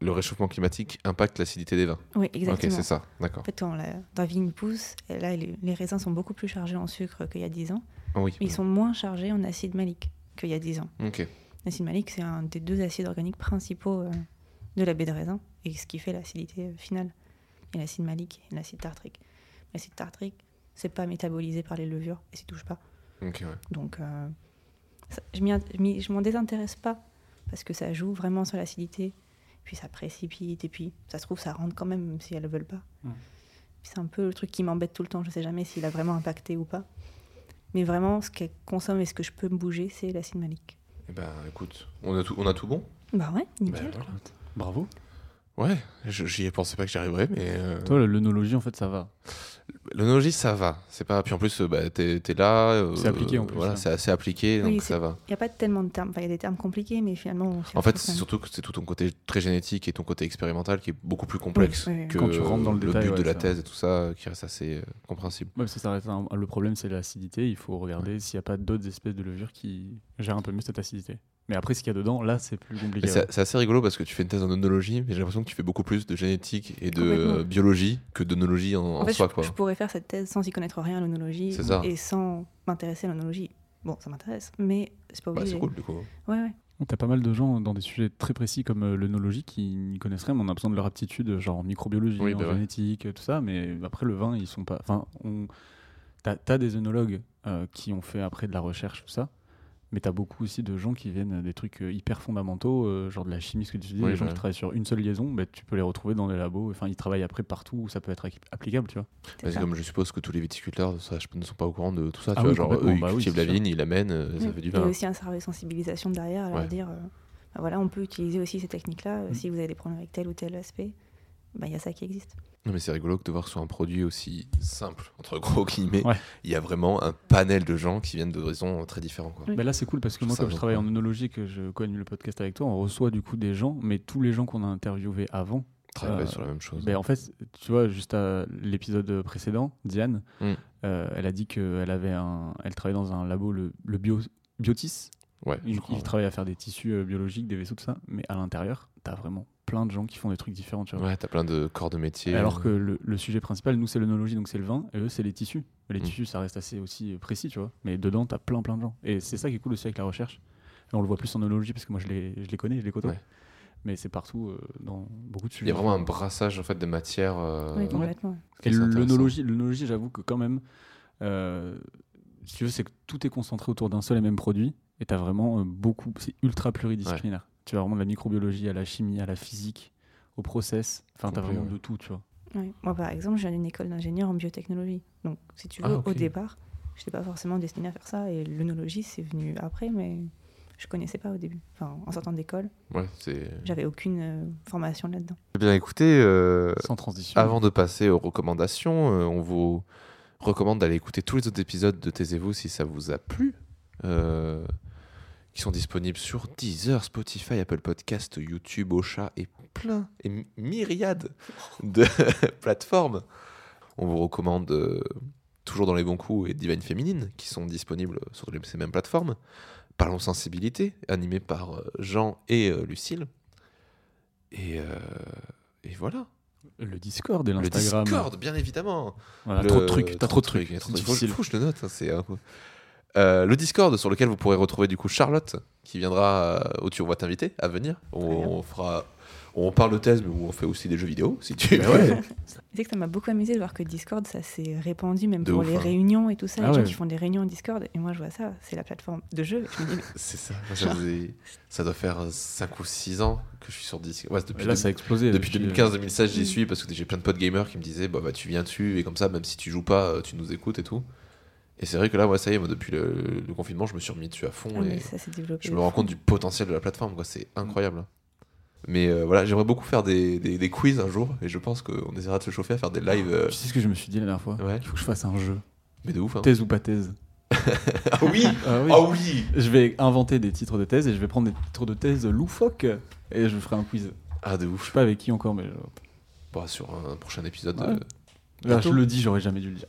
Speaker 2: le réchauffement climatique impacte l'acidité des vins.
Speaker 3: Oui,
Speaker 2: Ok,
Speaker 3: exactement.
Speaker 2: c'est ça. D'accord.
Speaker 3: En fait, quand la, la vigne pousse, et là, les, les raisins sont beaucoup plus chargés en sucre qu'il y a 10 ans,
Speaker 2: Ah oui.
Speaker 3: mais ils sont moins chargés en acide malique qu'il y a 10 ans.
Speaker 2: Ok.
Speaker 3: L'acide malique, c'est un des deux acides organiques principaux euh, de la baie de raisin, et ce qui fait l'acidité euh, finale. Il y a l'acide malique et l'acide tartrique. L'acide tartrique, c'est pas métabolisé par les levures, et s'y touche pas.
Speaker 2: Ok, ouais.
Speaker 3: Donc, euh, ça- je m'y int- je m'y- je m'en désintéresse pas, parce que ça joue vraiment sur l'acidité, puis ça précipite, et puis ça se trouve, ça rentre quand même, même si elles le veulent pas.
Speaker 1: Mm.
Speaker 3: Puis C'est un peu le truc qui m'embête tout le temps, je sais jamais s'il a vraiment impacté ou pas. Mais vraiment, ce qu'elle consomme et ce que je peux me bouger, c'est l'acide malique.
Speaker 2: Eh ben écoute, on a tout, on a tout bon
Speaker 3: Bah ouais, nickel.
Speaker 2: Ben, voilà.
Speaker 1: Bravo.
Speaker 2: Ouais, je- j'y ai pensé pas que j'y arriverais, mais. euh,
Speaker 1: Euh. Toi, l'œnologie, en fait, ça va.
Speaker 2: L'onologie, ça va. C'est pas. Puis en plus, euh, bah, t'es t'es là. euh,
Speaker 1: C'est appliqué, en plus,
Speaker 2: Voilà,
Speaker 1: hein.
Speaker 2: c'est assez appliqué,
Speaker 3: Oui,
Speaker 2: donc
Speaker 3: c'est-
Speaker 2: ça va.
Speaker 3: Il n'y a pas tellement de termes. Enfin, il y a des termes compliqués, mais finalement. on s'y
Speaker 2: En fait,
Speaker 3: retrouve
Speaker 2: c'est
Speaker 3: quand
Speaker 2: surtout que c'est tout ton côté très génétique et ton côté expérimental qui est beaucoup plus complexe
Speaker 3: Oui, oui, oui.
Speaker 2: que
Speaker 1: Quand tu rentres dans le détail,
Speaker 2: but
Speaker 1: ouais,
Speaker 2: de la
Speaker 1: ça.
Speaker 2: thèse et tout ça, euh, qui reste assez euh, compréhensible.
Speaker 1: Ouais, ça s'arrête à un- Le problème, c'est l'acidité. Il faut regarder s'il n'y a pas d'autres espèces de levures qui gèrent un peu mieux cette acidité. Mais après, ce qu'il y a dedans, là, c'est plus
Speaker 2: Mais
Speaker 1: compliqué.
Speaker 2: c'est c'est assez rigolo parce que tu fais une thèse en onologie, mais j'ai l'impression que tu fais beaucoup plus de génétique et de
Speaker 3: Complètement.
Speaker 2: euh, biologie que d'onologie en,
Speaker 3: même.
Speaker 2: en
Speaker 3: En fait,
Speaker 2: soi,
Speaker 3: je,
Speaker 2: quoi.
Speaker 3: je pourrais faire cette thèse sans y connaître rien à l'onologie
Speaker 2: C'est ça.
Speaker 3: et sans m'intéresser à l'onologie. Bon, ça m'intéresse, mais c'est pas
Speaker 2: Bah,
Speaker 3: obligé.
Speaker 2: c'est cool, du coup.
Speaker 3: Ouais, ouais.
Speaker 1: T'as pas mal de gens dans des sujets très précis comme euh, l'œnologie qui n'y connaissent rien, mais on a besoin de leur aptitude, euh, genre en microbiologie,
Speaker 2: Oui,
Speaker 1: en
Speaker 2: bah ouais.
Speaker 1: génétique, euh, tout ça. Mais après, le vin, ils sont pas. Enfin, on... t'as as des œnologues euh, qui ont fait après de la recherche, tout ça. Mais t'as beaucoup aussi de gens qui viennent des trucs euh, hyper fondamentaux, euh, genre de la chimie, ce que tu dis,
Speaker 2: Oui,
Speaker 1: les gens
Speaker 2: bah
Speaker 1: qui
Speaker 2: ouais.
Speaker 1: travaillent sur une seule liaison, bah, tu peux les retrouver dans les labos. Enfin, ils travaillent après partout où ça peut être ac- applicable, tu vois.
Speaker 2: Parce que comme je suppose que tous les viticulteurs ça, je- ne sont pas au courant de tout ça.
Speaker 1: Ah
Speaker 2: tu vois,
Speaker 1: oui,
Speaker 2: genre,
Speaker 1: complètement,
Speaker 2: eux, ils
Speaker 1: bah oui,
Speaker 2: cultivent
Speaker 1: c'est
Speaker 2: la
Speaker 1: sûr.
Speaker 2: vigne, ils l'amènent, euh, ça
Speaker 3: Mm.
Speaker 2: fait du
Speaker 3: Il y a
Speaker 2: vin.
Speaker 3: aussi un service de sensibilisation derrière, à
Speaker 2: Ouais.
Speaker 3: leur dire euh, bah voilà, on peut utiliser aussi ces techniques-là euh,
Speaker 1: Mm.
Speaker 3: si vous avez des problèmes avec tel ou tel aspect. Bah, Il y a ça qui existe.
Speaker 2: Non, mais c'est rigolo que de voir sur un produit aussi simple, entre gros guillemets,
Speaker 1: Ouais.
Speaker 2: il y a vraiment un panel de gens qui viennent d'horizons très différents. Quoi.
Speaker 3: Oui.
Speaker 1: Bah là, c'est cool parce
Speaker 2: Je
Speaker 1: que moi,
Speaker 2: trouve
Speaker 1: comme
Speaker 2: ça
Speaker 1: je travaille en
Speaker 2: incroyable.
Speaker 1: œnologie, que je co-anime le podcast avec toi, on reçoit du coup des gens, mais tous les gens qu'on a interviewés avant,
Speaker 2: Travailler
Speaker 1: Euh,
Speaker 2: sur la même chose.
Speaker 1: ben, en fait, tu vois, juste à l'épisode euh, précédent, Diane,
Speaker 2: Mm.
Speaker 1: euh, elle a dit qu'elle avait un, elle travaillait dans un labo, le, le bio, Biotis.
Speaker 2: Ouais, je
Speaker 1: Il,
Speaker 2: crois,
Speaker 1: il
Speaker 2: ouais.
Speaker 1: travaille à faire des tissus euh, biologiques, des vaisseaux, tout ça. Mais à l'intérieur, t'as vraiment plein de gens qui font des trucs différents, tu vois.
Speaker 2: Ouais, euh, t'as plein de corps de métier.
Speaker 1: Alors que le, le sujet principal, nous, c'est l'œnologie, donc c'est le vin, et eux, c'est les tissus. Les
Speaker 2: Mm.
Speaker 1: tissus, ça reste assez aussi euh, précis, tu vois. Mais dedans, t'as plein, plein de gens. Et c'est ça qui est cool aussi avec la recherche. Et on le voit plus en œnologie, parce que moi, je les, je les connais, je les côtoie.
Speaker 2: Ouais.
Speaker 1: Mais c'est partout, euh, dans beaucoup de sujets.
Speaker 2: Il y a vraiment un brassage en fait de matières. euh,
Speaker 3: oui, complètement.
Speaker 2: qui
Speaker 1: Et
Speaker 2: est intéressant.
Speaker 1: l'œnologie, l'œnologie, j'avoue que quand même, euh, si tu veux, c'est que tout est concentré autour d'un seul et même produit. Et tu as vraiment euh, beaucoup. C'est ultra pluridisciplinaire. Tu as vraiment de la microbiologie à la chimie, à la physique, au process. Enfin, tu as
Speaker 2: Complet,
Speaker 1: vraiment
Speaker 2: ouais.
Speaker 1: de tout, tu vois.
Speaker 3: Ouais. Moi, par exemple, je viens d'une école d'ingénieur en biotechnologie. Donc, si tu veux,
Speaker 2: Ah, ok.
Speaker 3: au départ, je n'étais pas forcément destinée à faire ça. Et l'œnologie, c'est venu après, mais je connaissais pas au début. Enfin, en sortant d'école,
Speaker 2: Ouais, c'est.
Speaker 3: j'avais aucune euh, formation là-dedans.
Speaker 2: Eh Bien écoutez, euh,
Speaker 1: Sans transition.
Speaker 2: avant de passer aux recommandations, euh, on vous recommande d'aller écouter tous les autres épisodes de Taisez-vous si ça vous a plu. euh, qui sont disponibles sur Deezer, Spotify, Apple Podcast, YouTube, Ocha et plein et mi- myriades de plateformes. On vous recommande euh, toujours dans les bons coups et Divine Féminine qui sont disponibles sur les- ces mêmes plateformes. Parlons sensibilité, animé par euh, Jean et euh, Lucille. Et, euh, et voilà.
Speaker 1: Le Discord et
Speaker 2: Le
Speaker 1: l'Instagram.
Speaker 2: Discord, bien évidemment.
Speaker 1: Voilà,
Speaker 2: Le-
Speaker 1: trop de trucs. T'as trop de trucs.
Speaker 2: il y a
Speaker 1: C'est
Speaker 2: trop de trucs. Faut-
Speaker 1: difficile.
Speaker 2: faut que je le note. hein, c'est un peu- Euh, le Discord sur lequel vous pourrez retrouver du coup Charlotte qui viendra euh, où tu on va t'inviter à venir. On,
Speaker 3: Très bien.
Speaker 2: on fera, on parle de thèse, mais on fait aussi des jeux vidéo si tu veux.
Speaker 1: Bah ouais.
Speaker 3: C'est que ça m'a beaucoup amusé de voir que Discord, ça s'est répandu, même
Speaker 2: De
Speaker 3: pour
Speaker 2: ouf,
Speaker 3: les
Speaker 2: hein.
Speaker 3: réunions et tout ça.
Speaker 1: Ah
Speaker 3: les gens
Speaker 1: ouais.
Speaker 3: qui font des réunions en Discord. Et moi, je vois ça, c'est la plateforme de jeu. Et je me dis, mais
Speaker 2: C'est ça. moi, ça, faisait- ça doit faire 5 ou 6 ans que je suis sur Discord. Ouais, depuis
Speaker 1: Là, ça a explosé. euh,
Speaker 2: Depuis
Speaker 1: Je-
Speaker 2: 2015-2016, j'y suis parce que j'ai plein de potes gamers qui me disaient bah, bah, tu viens dessus et comme ça, même si tu joues pas, euh, tu nous écoutes et tout. Et c'est vrai que là, ouais, ça y est, moi, depuis le, le confinement, je me suis remis dessus à fond
Speaker 3: ah, mais
Speaker 2: et
Speaker 3: ça s'est développé.
Speaker 2: je me rends compte du potentiel de la plateforme, quoi. C'est incroyable. hein. Mais euh, voilà, j'aimerais beaucoup faire des, des- des quiz un jour et je pense qu'on essaiera de se chauffer à faire des lives. euh,
Speaker 1: Tu sais ce que je me suis dit la dernière fois
Speaker 2: Ouais,
Speaker 1: Il faut que je fasse un jeu.
Speaker 2: mais de ouf. Hein.
Speaker 1: Thèse ou pas thèse
Speaker 2: Ah oui
Speaker 1: Ah oui.
Speaker 2: Ah oui
Speaker 1: Je vais inventer des titres de thèse et je vais prendre des titres de thèse loufoques et je ferai un quiz.
Speaker 2: Ah de
Speaker 1: Je
Speaker 2: ouf.
Speaker 1: sais pas avec qui encore, mais genre,
Speaker 2: Bah, sur un prochain épisode.
Speaker 1: Ouais.
Speaker 2: euh,
Speaker 1: Là,
Speaker 2: Bientôt.
Speaker 1: je le dis, j'aurais jamais dû le dire.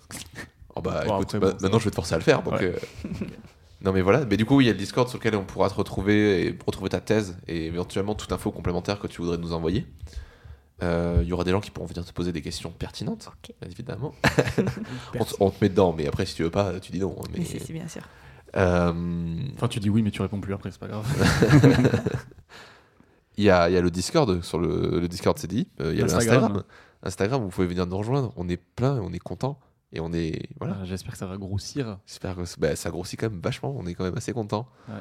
Speaker 2: Oh bah
Speaker 1: Bon,
Speaker 2: écoute,
Speaker 1: après,
Speaker 2: ma-
Speaker 1: bon, ça
Speaker 2: maintenant je vais te forcer à le faire. Donc,
Speaker 1: Ouais.
Speaker 2: euh, non mais voilà, mais du coup il y a le Discord sur lequel on pourra te retrouver et retrouver ta thèse et éventuellement toute info complémentaire que tu voudrais nous envoyer. Euh, Il y aura des gens qui pourront venir te poser des questions pertinentes,
Speaker 3: Ok.
Speaker 2: bien évidemment. on, te, on te met dedans, mais après si tu veux pas, tu dis non. hein, Mais,
Speaker 3: Mais si, si, bien sûr.
Speaker 2: Euh,
Speaker 1: Enfin, tu dis oui, mais tu réponds plus après, c'est pas grave.
Speaker 2: Il y, a, il y a le Discord, sur le, le Discord c'est dit. Euh, Il y a
Speaker 1: L'Instagram.
Speaker 2: l'Instagram. Instagram, vous pouvez venir nous rejoindre. On est plein, on est content. Et on est. Voilà.
Speaker 1: Ah, J'espère que ça va grossir.
Speaker 2: J'espère que bah, ça grossit quand même vachement. On est quand même assez content.
Speaker 1: Ouais.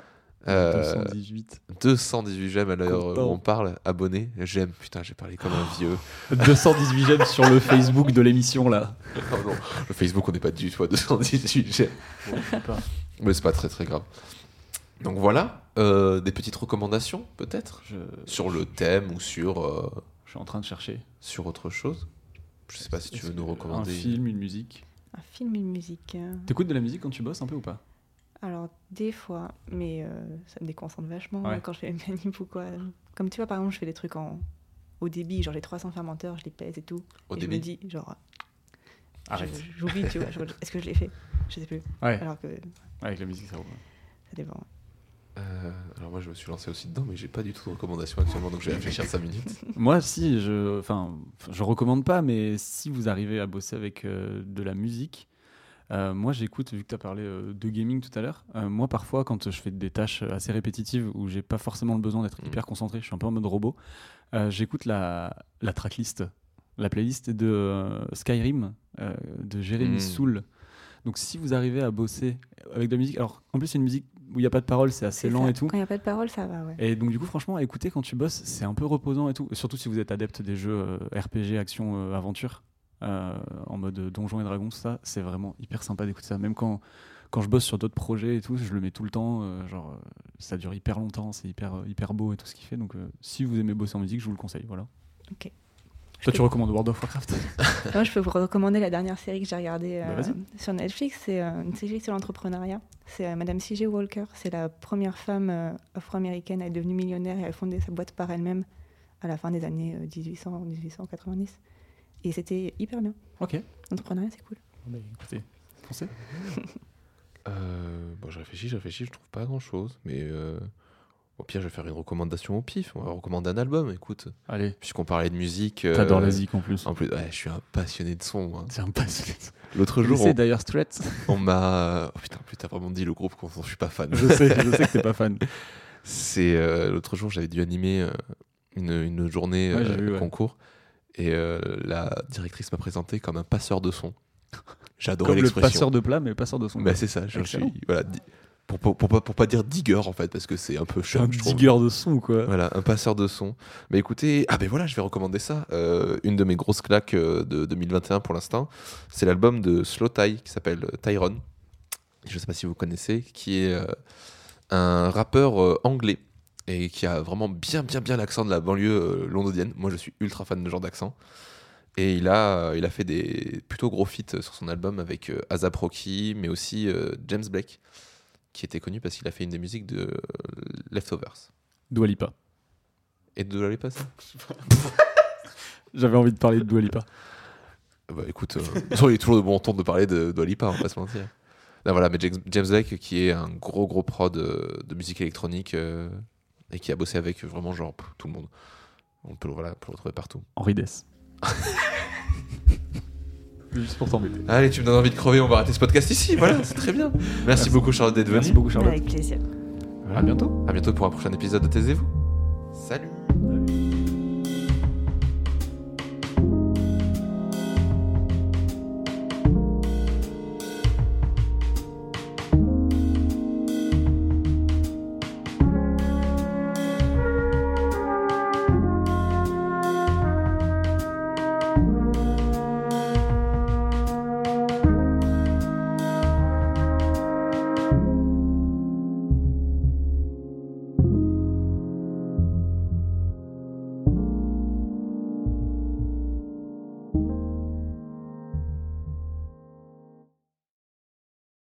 Speaker 2: Euh,
Speaker 1: 218.
Speaker 2: 218 j'aime à l'heure
Speaker 1: Content.
Speaker 2: où on parle. Abonnés, j'aime. Putain, j'ai parlé comme un vieux.
Speaker 1: 218 j'aime sur le Facebook de l'émission, là.
Speaker 2: Oh non, le Facebook, on n'est pas du tout à 218 j'aime. Mais c'est pas très très grave. Donc voilà, euh, des petites recommandations peut-être
Speaker 1: Je,
Speaker 2: sur le thème ou sur, euh,
Speaker 1: je suis en train de chercher.
Speaker 2: sur autre chose. Je sais pas si tu
Speaker 1: Est-ce
Speaker 2: veux nous
Speaker 1: que-
Speaker 2: recommander.
Speaker 1: Un film, une musique.
Speaker 3: Un film et une musique. euh,
Speaker 1: T'écoutes de la musique quand tu bosses un peu ou pas
Speaker 3: Alors, des fois, mais euh, ça me déconcentre vachement hein,
Speaker 1: Ouais.
Speaker 3: quand je fais mes manips ou quoi. Comme tu vois, par exemple, je fais des trucs en... au débit, genre les 300 fermenteurs, je les pèse et tout.
Speaker 2: Au
Speaker 3: et
Speaker 2: début.
Speaker 3: je me dis, genre, je-
Speaker 1: Arrête.
Speaker 3: j'oublie, tu vois. je- Est-ce que je l'ai fait Je sais plus.
Speaker 1: Ouais,
Speaker 3: Alors que
Speaker 1: avec la musique, ça roule.
Speaker 3: ça dépend.
Speaker 2: Euh, alors moi je me suis lancé aussi dedans mais j'ai pas du tout de recommandations actuellement donc je vais réfléchir 5 minutes.
Speaker 1: Moi, si, je, enfin, je recommande pas, mais si vous arrivez à bosser avec euh, de la musique, Euh, moi, j'écoute, vu que tu as parlé euh, de gaming tout à l'heure, euh, moi, parfois, quand je fais des tâches euh, assez répétitives où j'ai pas forcément le besoin d'être
Speaker 2: Mhm.
Speaker 1: hyper concentré, je suis un peu en mode robot, euh, j'écoute la, la tracklist, la playlist de euh, Skyrim euh, de Jérémy
Speaker 2: Mhm.
Speaker 1: Soul. Donc, si vous arrivez à bosser avec de la musique, alors en plus, c'est une musique où il n'y a pas de paroles, c'est assez lent
Speaker 3: ça.
Speaker 1: et tout.
Speaker 3: Quand il n'y a pas de parole, ça va, ouais.
Speaker 1: Et donc, du coup, franchement, à écouter quand tu bosses, c'est un peu reposant et tout. Surtout si vous êtes adepte des jeux euh, RPG, action, euh, aventure, euh, en mode donjon et dragon, ça, c'est vraiment hyper sympa d'écouter ça. Même quand, quand je bosse sur d'autres projets et tout, je le mets tout le temps. euh, genre, euh, ça dure hyper longtemps, c'est hyper, euh, hyper beau et tout ce qu'il fait. Donc, euh, si vous aimez bosser en musique, je vous le conseille. Voilà.
Speaker 3: Ok.
Speaker 1: Toi, tu recommandes World of Warcraft
Speaker 3: Moi, je peux vous recommander la dernière série que j'ai regardée
Speaker 1: Bah,
Speaker 3: euh,
Speaker 1: vas-y.
Speaker 3: sur Netflix. C'est euh, une série sur l'entrepreneuriat. C'est euh, Madame C.J. Walker. C'est la première femme euh, afro-américaine à être devenue millionnaire et à fonder sa boîte par elle-même à la fin des années euh, 1800, 1890. Et c'était hyper bien.
Speaker 1: Ok.
Speaker 3: L'entrepreneuriat, c'est cool.
Speaker 1: Écoutez, foncez.
Speaker 2: Euh, bon, je réfléchis, je réfléchis, je trouve pas grand chose. Mais euh, au pire, je vais faire une recommandation au pif. On va recommander un album, écoute.
Speaker 1: Allez,
Speaker 2: Puisqu'on parlait de musique.
Speaker 1: t'adores
Speaker 2: euh,
Speaker 1: la zik en plus.
Speaker 2: En plus, ouais, je suis un passionné de son. moi.
Speaker 1: C'est un passionné.
Speaker 2: L'autre
Speaker 1: Je
Speaker 2: jour,
Speaker 1: sais
Speaker 2: on,
Speaker 1: d'ailleurs, Stretch.
Speaker 2: on m'a. Oh putain, plus t'as vraiment dit le groupe qu'on je suis pas fan.
Speaker 1: Je sais, je sais que t'es pas fan.
Speaker 2: C'est euh, l'autre jour, j'avais dû animer euh, une, une journée
Speaker 1: Ouais, j'ai
Speaker 2: euh,
Speaker 1: vu, ouais.
Speaker 2: concours et euh, la directrice m'a présenté comme un passeur de son.
Speaker 1: Comme
Speaker 2: J'adorais
Speaker 1: le
Speaker 2: l'expression.
Speaker 1: passeur de plat, mais passeur de son.
Speaker 2: Bah, c'est ça, je suis-
Speaker 1: Excellent.
Speaker 2: voilà, di- pour, pour, pour pas, pour pas dire digger en fait, parce que c'est un peu
Speaker 1: T'es un
Speaker 2: chiant, je trouve.
Speaker 1: digger de son, quoi.
Speaker 2: Voilà, un passeur de son. Mais écoutez, ah ben voilà, je vais recommander ça. Euh, une de mes grosses claques euh, de 2021 pour l'instant, c'est l'album de Slow Ty qui s'appelle euh, Tyrone. Je sais pas si vous connaissez, qui est euh, un rappeur euh, anglais et qui a vraiment bien, bien, bien l'accent de la banlieue euh, londonienne. Moi, je suis ultra fan de ce genre d'accent. Et il a, euh, il a fait des plutôt gros feats euh, sur son album avec euh, Azap Rocky, mais aussi euh, James Blake, qui était connu parce qu'il a fait une des musiques de euh, Leftovers.
Speaker 1: Dua Lipa.
Speaker 2: Et de l'aller passer
Speaker 1: J'avais envie de parler de Dua Lipa.
Speaker 2: Bah écoute, euh, de toute façon, il est toujours de bon ton de parler de Dolipa, on va pas se mentir. Non, voilà, mais James James Blake, qui est un gros gros prod euh, de musique électronique euh, et qui a bossé avec vraiment genre pff, tout le monde. On peut, le- voilà, on peut le retrouver partout.
Speaker 1: Henri Dess. Juste pour t'embêter.
Speaker 2: Allez, tu me donnes envie de crever, on va arrêter ce podcast ici. Voilà, c'est très bien. Merci, beaucoup, Charlotte, d'être
Speaker 1: Merci
Speaker 2: venu.
Speaker 1: beaucoup, Charlotte.
Speaker 3: Avec plaisir.
Speaker 1: À bientôt.
Speaker 2: À bientôt pour un prochain épisode de Taisez-vous. Salut.